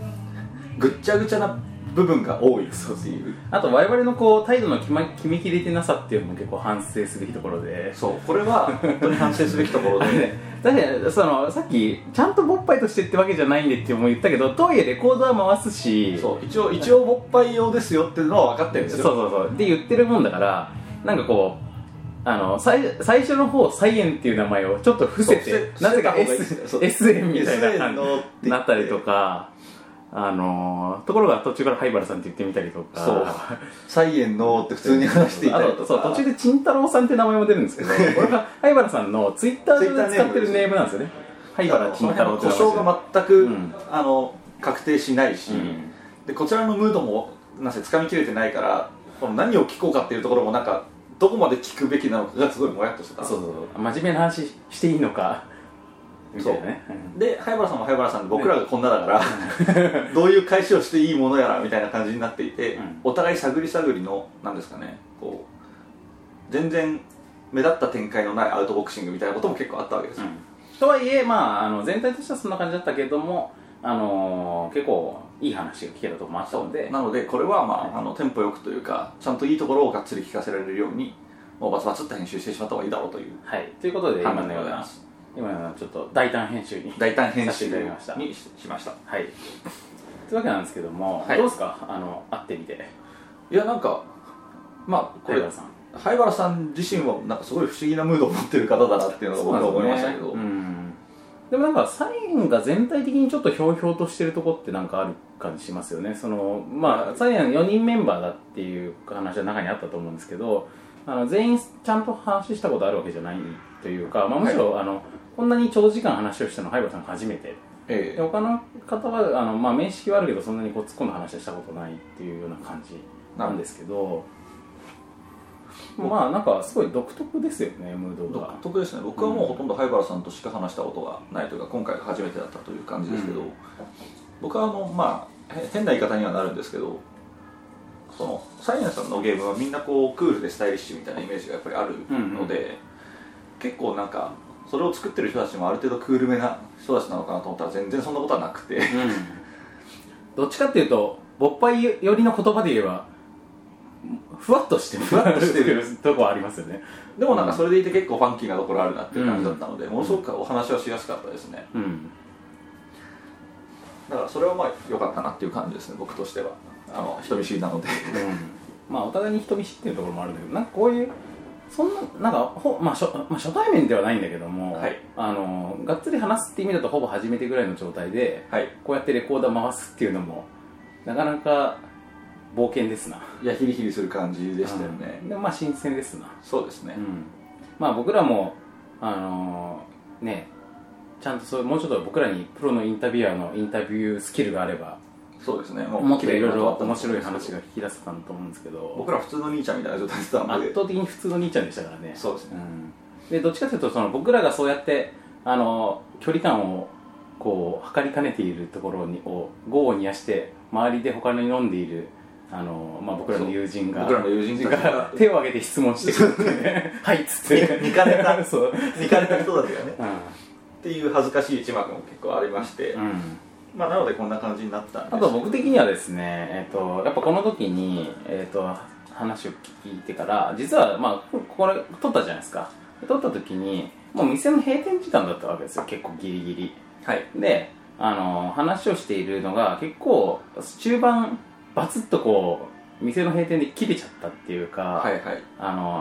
ぐっちゃぐちゃな部分が多いっていう
あと我々のこう態度の決,、ま、決めきれてなさっていうのも結構反省すべきところで
そうこれは本当に反省すべきとこ ろで
確かにそのさっきちゃんと勃発としてってわけじゃないんでっても言ったけどとはいえレコードは回すし
そう一応一応勃発用ですよっていうのは分かってるんですよ
そうそうそうって言ってるもんだからなんかこうあの最最初の方サイエンっていう名前をちょっと伏せ
そう
て
伏せ
なぜか
伏せた方がいいそ
S
う
SN みたいな
SN のって言って
なったりとかあのーところが途中から灰原さんって言ってみたりとか
そうサイエンのって普通に話していたりとか
あとそう途中でチンタロウさんって名前も出るんですけどこれが灰原さんのツイッター上で使ってるネームなんですよね灰原
そ
チン
の
タロ
辺の
ウって名前
故
です
障が全く、あの確定しないし、でこちらのムードもなんせつかみきれてないからこの何を聞こうかっていうところもなんかどこまで聞くべきなのかがすごいもやっとしてた
そうそうそう真面目な話していいのかみたいなね
で灰原さんも灰原さんで僕らがこんなだから、どういう返しをしていいものやらみたいな感じになっていて、お互い探り探りのなんですかねこう全然目立った展開のないアウトボクシングみたいなことも結構あったわけですよ、
とはいえ、まあ、あの全体としてはそんな感じだったけれども、あのー結構いい話が聞けたと思いましたので
なのでこれは、まあ、あのテンポよくというかちゃんといいところをがっつり聞かせられるようにもうバツバツっと編集してしまった方がいいだろうという
はいということで今の
で
よう
ござい
な
ます
今のようなちょっと大胆編集に
大胆編
させてい
集
ただきました
にししました
はいというわけなんですけども、
はい
どうですかあの会ってみて
いやなんかまあこ
灰
れ
原さん
灰原さん自身はなんかすごい不思議なムードを持ってる方だなっていうのが僕は思いましたけど、
でもなんかサインが全体的にちょっとひょうひょうとしてるとこってなんかある感じしますよねそのまあサイン4人メンバーだっていう話は中にあったと思うんですけどあの全員ちゃんと話したことあるわけじゃないというか、まあ、むしろ、あのこんなに長時間話をしたのは灰原さんが初めて、
え
で他の方はあの、まあ、面識はあるけどそんなにこう突っ込んだ話はしたことないっていうような感じなんですけどまあなんかすごい独特ですよねムードが
独特ですね僕はもうほとんど灰原さんとしか話したことがないというか今回が初めてだったという感じですけど、僕はあのまあへ変な言い方にはなるんですけどそのサイナさんのゲームはみんなこうクールでスタイリッシュみたいなイメージがやっぱりあるので、結構なんかそれを作ってる人たちもある程度クールめな人たちなのかなと思ったら全然そんなことはなくて、
どっちかっていうと勃発寄りの言葉で言えばふわっとしてる
ふわっとしてる
とこはありますよね
でもなんかそれでいて結構ファンキーなところあるなっていう感じだったので、ものすごくお話はしやすかったですね、
うん
だからそれはまあ良かったなっていう感じですね僕としてはあの人見知りなので、
まあお互いに人見知ってるところもあるんだけどなんかこういうそんななんかほ、まあ、初まあ初対面ではないんだけども、あのがっつり話すって意味だとほぼ初めてぐらいの状態で、こうやってレコーダー回すっていうのもなかなか冒険ですない
やヒリヒリする感じでしたよね、
でもまあ新鮮ですな
そうですね、
まあ僕らもあのーねちゃんとそうもうちょっと僕らにプロのインタビュアーのインタビュースキルがあれば
そうですねも
も
う
っといろいろ面白い話が引き出せたと思うんですけど
僕ら普通の兄ちゃんみたいな状態でしたので
圧倒的に普通の兄ちゃんでしたからね
そうですね、
でどっちかというとその僕らがそうやってあの距離感をこう測りかねているところにを豪を煮やして周りで他に飲んでいるあの、まあ、僕らの友人が
そう僕らの友人たち が
手を挙げて質問してくるっていう ねはいっつ って
見かれた
そう
見かれた人たちがね、っていう恥ずかしい一幕も結構ありまして、まあなのでこんな感じになったんです
あと僕的にはですね、えっとやっぱこの時に、えっと話を聞いてから実は、まあ、これ撮ったじゃないですか撮った時にもう店の閉店時間だったわけですよ結構ギリギリ、であの話をしているのが結構中盤バツッとこう店の閉店で切れちゃったっていうかあの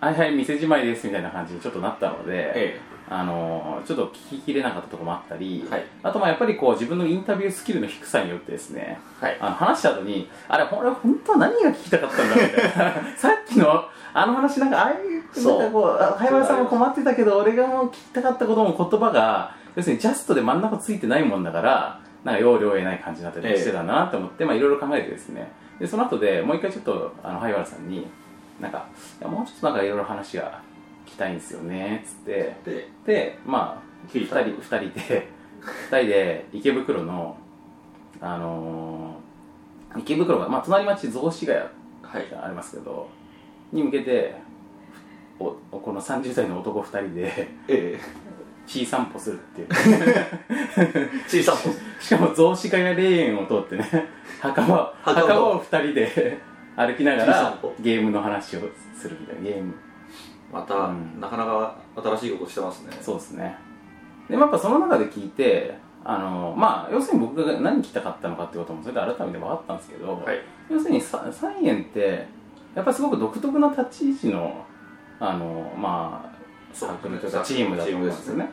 はいはい店じまいですみたいな感じにちょっとなったので、あのちょっと聞ききれなかったところもあったり、あとまあやっぱりこう自分のインタビュースキルの低さによってですね、あの話した後にあれ俺本当は何が聞きたかったんだろうみたいな さっきのあの話なんかああいう
そう
なんかこうあ早原さんも困ってたけど俺がもう聞きたかったことも言葉が要するにジャストで真ん中ついてないもんだからなんか要領を得ない感じになったりしてたなと思って、まあいろいろ考えてですねでその後でもう一回ちょっとあの早原さんになんかいやもうちょっとなんかいろいろ話が聞きたいんですよねっつって
で
まあ2人二人で二人で池袋のあのー池袋が、まあ、隣町雑司ヶ谷がありますけど、に向けておこの30代の男2人で、小散歩するっ ていう
小散歩
しかも雑司ヶ谷霊園を通ってね墓場
墓場
墓場を2人で歩きなが
小散
らゲームの話をするみたいなゲーム
また、なかなか新しいことしてますね
そうですねでもやっぱその中で聞いてあのまあ要するに僕が何聞きたかったのかってこともそれで改めて分かったんですけど、要するにササイエンってやっぱりすごく独特な立ち位置のあのまあサークルというかチームだと思うんですよね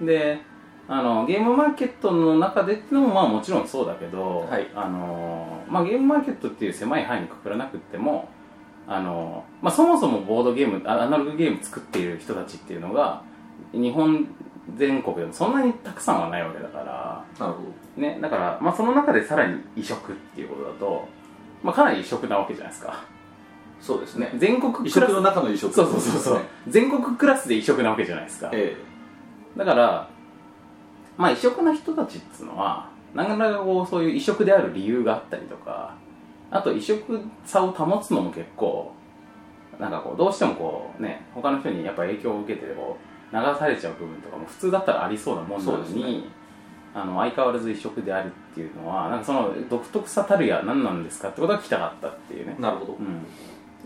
であのゲームマーケットの中でっていうのもまあもちろんそうだけど、あのまあ、ゲームマーケットっていう狭い範囲にくくらなくってもあの、まあ、そもそもボードゲームあアナログゲーム作っている人たちっていうのが日本全国でもそんなにたくさんはないわけだから
なるほ
ね、だから、まあ、その中でさらに移植っていうことだと、まあ、かなり移植なわけじゃないですか
そうですね
全国クラス
移植の中の移植
そうそうそうそう、全国クラスで移植なわけじゃないですか、だからまあ異色な人たちっつうのはなかなかこうそういう異色である理由があったりとかあと異色さを保つのも結構なんかこうどうしてもこうね他の人にやっぱ影響を受けてこう流されちゃう部分とかも普通だったらありそうなもんなの
そうです
に、あの相変わらず異色であるっていうのはなんかその独特さたるや何なんですかってことは聞きたかったっていうね
なるほど、
うん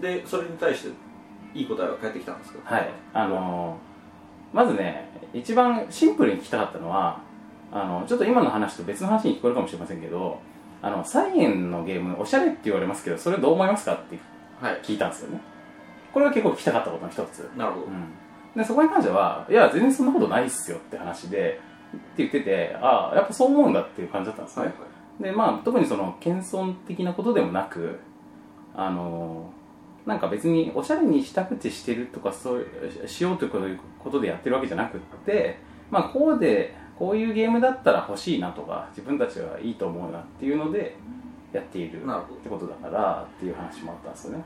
でそれに対していい答えが返ってきたんですか
はい、あのーまずね一番シンプルに聞きたかったのはあのちょっと今の話と別の話に聞こえるかもしれませんけどあのサイエンのゲームおしゃれって言われますけどそれどう思いますかって聞いたんですよね、これは結構聞きたかったことの一つ
なるほど、
でそこに関してはいや全然そんなことないっすよって話でって言っててああやっぱそう思うんだっていう感じだったんですね、でまあ特にその謙遜的なことでもなくあのなんか別におしゃれにしたくてしてるとかそういうしようということでやってるわけじゃなくってまあこうでこういうゲームだったら欲しいなとか自分たちはいいと思うなっていうのでやっているってことだからっていう話もあったんですよね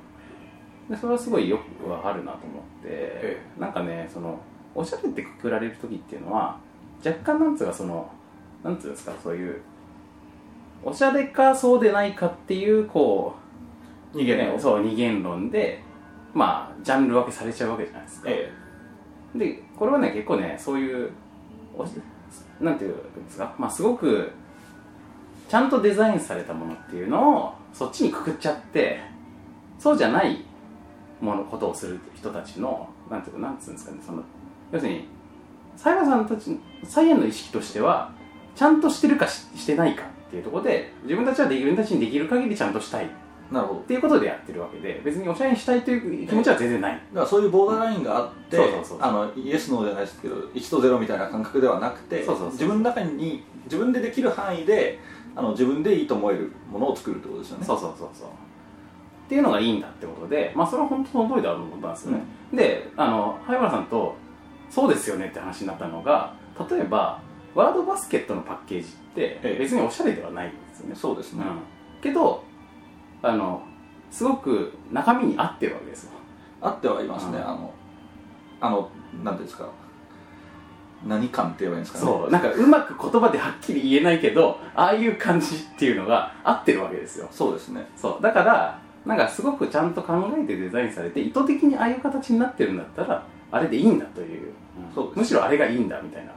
でそれはすごいよくわかるなと思って、なんかねそのおしゃれってくくられる時っていうのは若干なんつうかそのなんつうんですかそういうおしゃれかそうでないかっていうこう二元論そう二元論でまあジャンル分けされちゃうわけじゃないですか、でこれはね結構ねそういうおしなんていうんですかまあすごくちゃんとデザインされたものっていうのをそっちにくくっちゃってそうじゃないものことをする人たちのなんていうかなんつうんですかねその要するに西郷さんたちサイエンの意識としてはちゃんとしてるかししてないかっていうところで自分たちはで自分たちにできる限りちゃんとしたい
なるほど
っていうことでやってるわけで別におしゃれにしたいという気持ちは全然ない、
だからそういうボーダーラインがあって、
そうそうそう
あのイエスノーじゃないですけど1と0みたいな感覚ではなくて
そうそうそう
自分の中に自分でできる範囲であの自分でいいと思えるものを作るってことですよね
そうそうそうそうっていうのがいいんだってことでまあそれは本当の通りだろうと思ったんですよね、であの灰原さんとそうですよねって話になったのが例えばワードバスケットのパッケージって別におしゃれではないんですよね、
そうですね、
けどあのすごく中身に合ってるわけですよ
あってはいますね、あのあのなんていうんですか何感って言えばいいんですかね
そうなんかうまく言葉ではっきり言えないけどああいう感じっていうのが合ってるわけですよ
そうですね
そうだからなんかすごくちゃんと考えてデザインされて意図的にああいう形になってるんだったらあれでいいんだという,、むしろあれがいいんだみたいな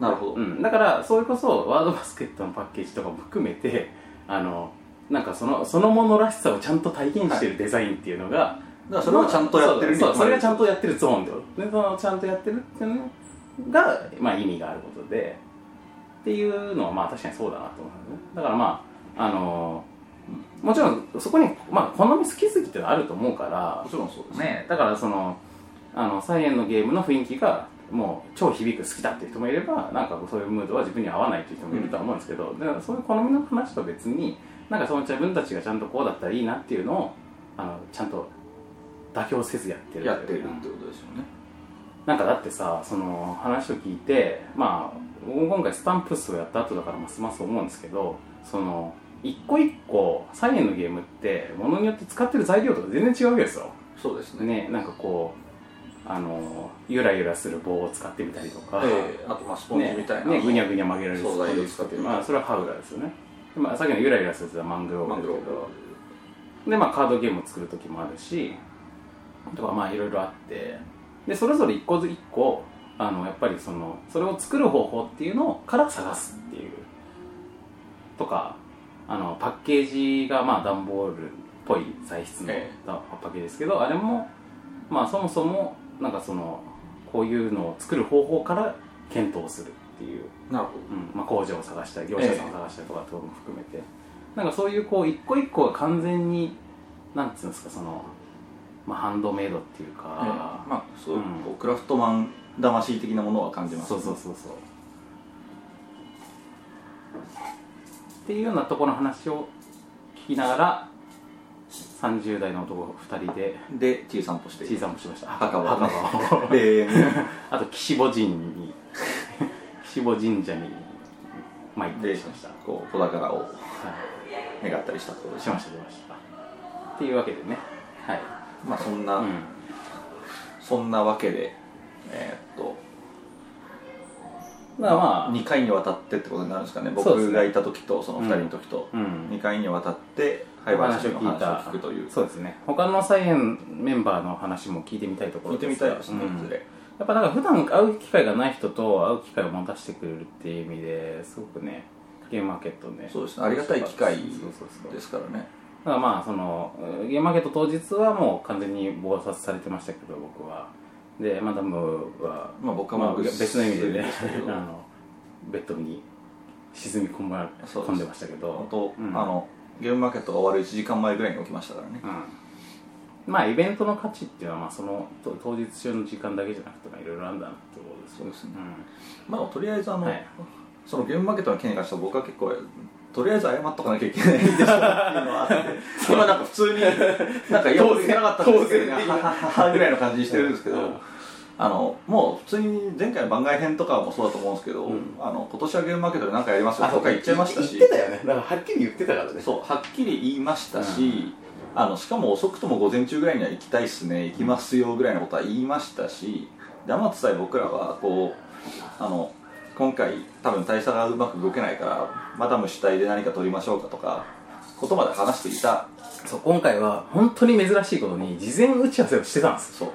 なるほど、
うん、だからそれこそワードバスケットのパッケージとかも含めてあのなんかそのそのものらしさをちゃんと体現してるデザインっていうのが、
だからそれをちゃんとやって
そ
る
うそうそれがちゃんとやってるゾーンってことでそのちゃんとやってるっていうのが、まあ、意味があることでっていうのはまあ確かにそうだなと思うんですねだからまああのーもちろんそこに、まあ、好み好き好きってのはあると思うからもちろんそうですねだからそのあのサイエンのゲームの雰囲気がもう超響く好きだっていう人もいればなんかそういうムードは自分に合わないっていう人もいるとは思うんですけど、だからそういう好みの話と別になんかその自分たちがちゃんとこうだったらいいなっていうのをあのちゃんと妥協せずやってる
やってるってことですよね
なんかだってさその話を聞いてまあ僕も今回スタンプスをやった後だからますます思うんですけどその一個一個サイエンのゲームってものによって使ってる材料とか全然違うわけですよ
そうです
ねなんかこうあのゆらゆらする棒を使ってみたりとか、
ええあとまあスポンジみたいな
ねねぐにゃぐにゃ曲げられる
そう
スポンジ
材料使ってみたいな
まあそれはハウラーですよねでまあさっきのゆらゆらするやつはマングローブだけどでまあカードゲームを作る時もあるしとかまあいろいろあってでそれぞれ一個ずつ一個あのやっぱりそのそれを作る方法っていうのから探すっていうとかあのパッケージがまあ段ボールっぽい材質のだパッケージですけどあれもまあそもそもなんかそのこういうのを作る方法から検討するっていう
なるほ
うんまあ、工場を探したり業者さんを探したりとかってことも含めて、なんかそういうこう一個一個が完全になんつうんですかその、まあ、ハンドメイドっていうか、
ええまあそうこうクラフトマン魂的なものは感じます
そうそうそうそうっていうようなところの話を聞きながら30代の男2人で
で小さんぽして
小さんぽしました
墓場
墓場を
で
あと岸母神に 岸母神社に参ったりしました
こう小宝を願ったりしたこと
しましたしましたっていうわけでねはい
まあそんな、そんなわけでえーっと
まあまあ
2回にわたってってことになるんですかね
そうです
僕
ね
がいた時とその2人の時と
うんうん
2回にわたって灰原さんの話を聞くという
そうですね他のサイエンメンバーの話も聞いてみたいところ
聞いてみたいですね
うん
いずれ
やっぱなんか普段会う機会がない人と会う機会を持たせてくれるっていう意味ですごくねゲームマーケットね
そうですねありがたい機会ですからね
だからまあそのえーゲームマーケット当日はもう完全に暴殺されてましたけど僕はでマダムは、
まあ僕はも
ま
う
あ別の意味でね
でしたけど
あのベッドに沈み込ま込んでましたけど
本当、
うん
あのゲームマーケットが終わる1時間前ぐらいに起きましたからね、
まあイベントの価値っていうのはまあそのと当日中の時間だけじゃなくてまあいろいろあるんだなってことです
そうですね
ん
まあとりあえずあの、
はい
そのゲームマーケットの件に関しては僕は結構とりあえず謝っとかなきゃいけないでしょっていうのはあって 今なんか普通になんか言おうとしてなかったんですけどね
当然
ははははぐらいの感じにしてるんですけど、あのもう普通に前回の番外編とかもそうだと思うんですけど、あの今年はゲームマーケットで何かやりますよとか言っちゃいましたし
言ってたよねだからはっきり言ってたからね
そうはっきり言いましたし、あのしかも遅くとも午前中ぐらいには行きたいっすね行きますよぐらいのことは言いましたしで天津さえ僕らはこうあの今回多分大差がうまく動けないからマダム主体で何か取りましょうかとか
言葉で話していたそう今回は本当に珍しいことに事前打ち合わせをしてたんです
そう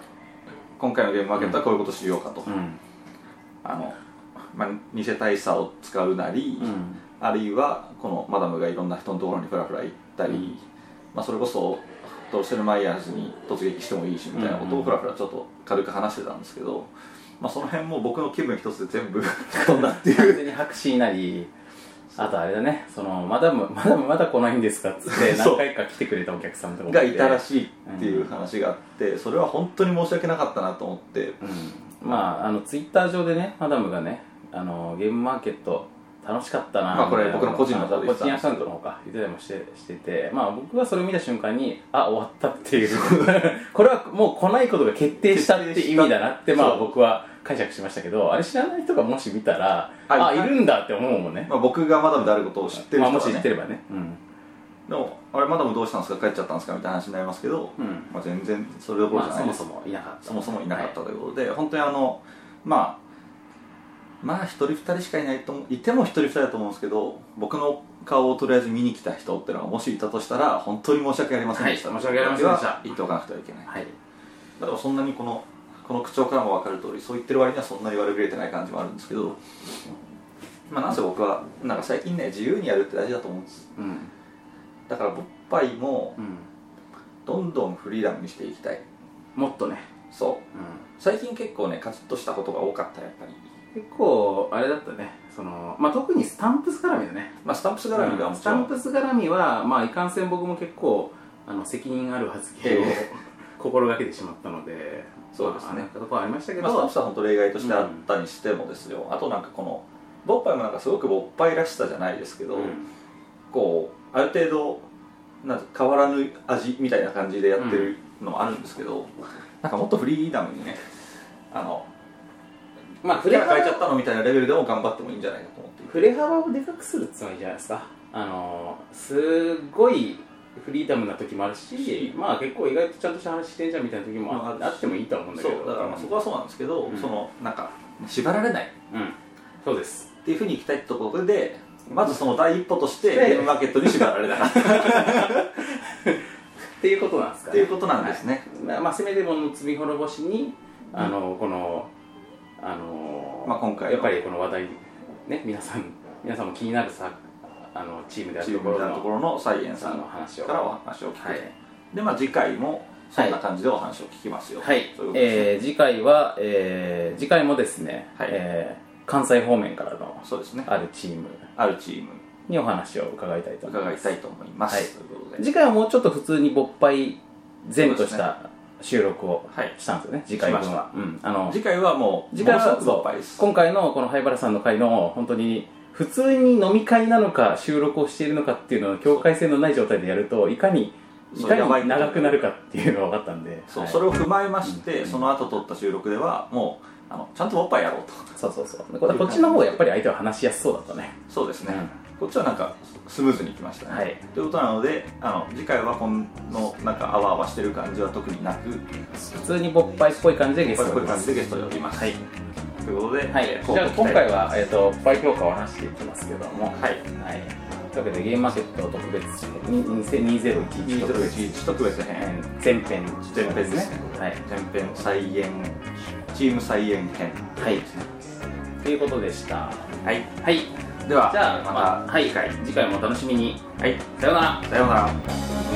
今回のゲームマーケットはこういうことしようかと、あの、まあ、偽大佐を使うなり、あるいはこのマダムがいろんな人のところにフラフラ行ったり、まあ、それこそドロシェルマイヤーズに突撃してもいいしみたいなことをフラフラちょっと軽く話してたんですけど、まあ、その辺も僕の気分一つで全部飛んだっていう
完全に白紙になりあとあれだねそのマダムマダムまだ来ないんですかっつって
そう
何回か来てくれたお客さんとかも
がいたらしいっていう話があって、それは本当に申し訳なかったなと思って、
まああのツイッター上でねマダムがねあのゲームマーケット楽しかったな
まあこれ
みたいな
僕の個人の
個
方で言ってた
人アカウントの方か言ってたりもしてしててまあ僕はそれを見た瞬間にあ終わったっていう これはもう来ないことが決定したって意味だなってまあ僕は解釈しましたけどあれ知らない人がもし見たらあいるんだって思うもんね、
まあ、僕がマダムであることを知ってる
ま
人は、
あ
ね
もし知ってればねうん
でもあれマダムどうしたんですか帰っちゃったんですかみたいな話になりますけど、
うん
まあ、全然それどころじゃないです、
まあそもそもいなかった
そもそもいなかったということで、本当にあのまあまあ一人二人しかいないと思ういても一人二人だと思うんですけど僕の顔をとりあえず見に来た人ってのがもしいたとしたら本当に申し訳ありませんでした、
はい申し訳ありませんでした
は言っておかなくてはいけない、
はい、
だからそんなにこのこの口調からも分かる通りそう言ってる割にはそんなに悪びれてない感じもあるんですけどまあなんせ僕はなんか最近ね自由にやるって大事だと思うんです
うん
だから勃発も
うん
どんどんフリーダムにしていきたい
もっとね
そう、最近結構ねカチッとしたことが多かったやっぱり
結構あれだったねその、まあ、特にスタンプス絡みだね、
まあ、スタンプス絡みがもちろん
スタンプス絡みは、まあ、いかんせん僕も結構あの責任ある発言を、
ええ
心がけてしまったので
そうですね
まあ、なんかとこはありましたけど、
まあ、スタンプスは本当例外としてあったにしてもですよ、あとなんかこの勃発もなんかすごく勃発らしさじゃないですけど、こうある程度なんか変わらぬ味みたいな感じでやってるのもあるんですけど、なんかもっとフリーダムにねあの
まあ
キャラ変えちゃったのみたいなレベルでも頑張ってもいいんじゃないかと思っていて
振れ幅をでかくするつもりじゃないですかあのすごいフリーダムな時もあるし、まあ、結構意外とちゃんとした話してんじゃんみたいな時もあ,、あってもいいとは思うんだけど
そうだからまあそこはそうなんですけど、
うん
そのなんか縛られない、
そうです
っていうふうにいきたいってことでまずその第一歩として
で
ゲームマーケットに縛られなかった
っていうことなんですか、ね、
っていうことなんですね、
まあまあせめてもの罪滅ぼしにあの、このあの、
まあ今回の
やっぱりこの話題ね皆さん皆さんも気になるさあのチームであ
チ
るとこ
ーム
ろ
である
の
ところのサイエンさんの
話
話
を
からお話を聞くと、
はい
でまあ次回もそんな感じでお話を聞きますよ、
はい
ということですね
えー次回は、えー次回もですね、えー関西方面からの
そうですね
あるチーム
あるチーム
にお話を伺いたいと思います
伺いたいと思います
はい
ということで
次回はもうちょっと普通に勃発前とし
そう
た収録をしたんですよね、次回分
しま
は
し、た
うん、あの
次回はもう
時間
ものす
は
ごく
そう今回のこの灰原さんの回の本当に普通に飲み会なのか収録をしているのかっていうのを境界線のない状態でやるといかにい
そう
か
やばい
に長くなるかっていうのが分かったんで
そう、
はい
それを踏まえまして、その後撮った収録ではもうあのちゃんとおっぱいやろうと
そうそうそうここっちの方がやっぱり相手は話しやすそうだったね
そうですね、こっちはなんかスムーズにいきましたね、
はい
ということなのであの次回はこのなんかあわあわしてる感じは特になく
普通に勃発っぽい感じでゲストを
こういう感じでゲストを呼びます、
はい
ということで、
はい
えー
じゃあ今回は、えー、と倍評価を話していきますけどもはい、というわけでゲームマーケット特別2011
2011特別編
前編
前編ですね、
はい、
前編再演チーム再演編
はいということでした
はい、
はい、
では
じゃあ
また
また、はい、次回もお楽しみに
はい
さようなら
さようなら
ら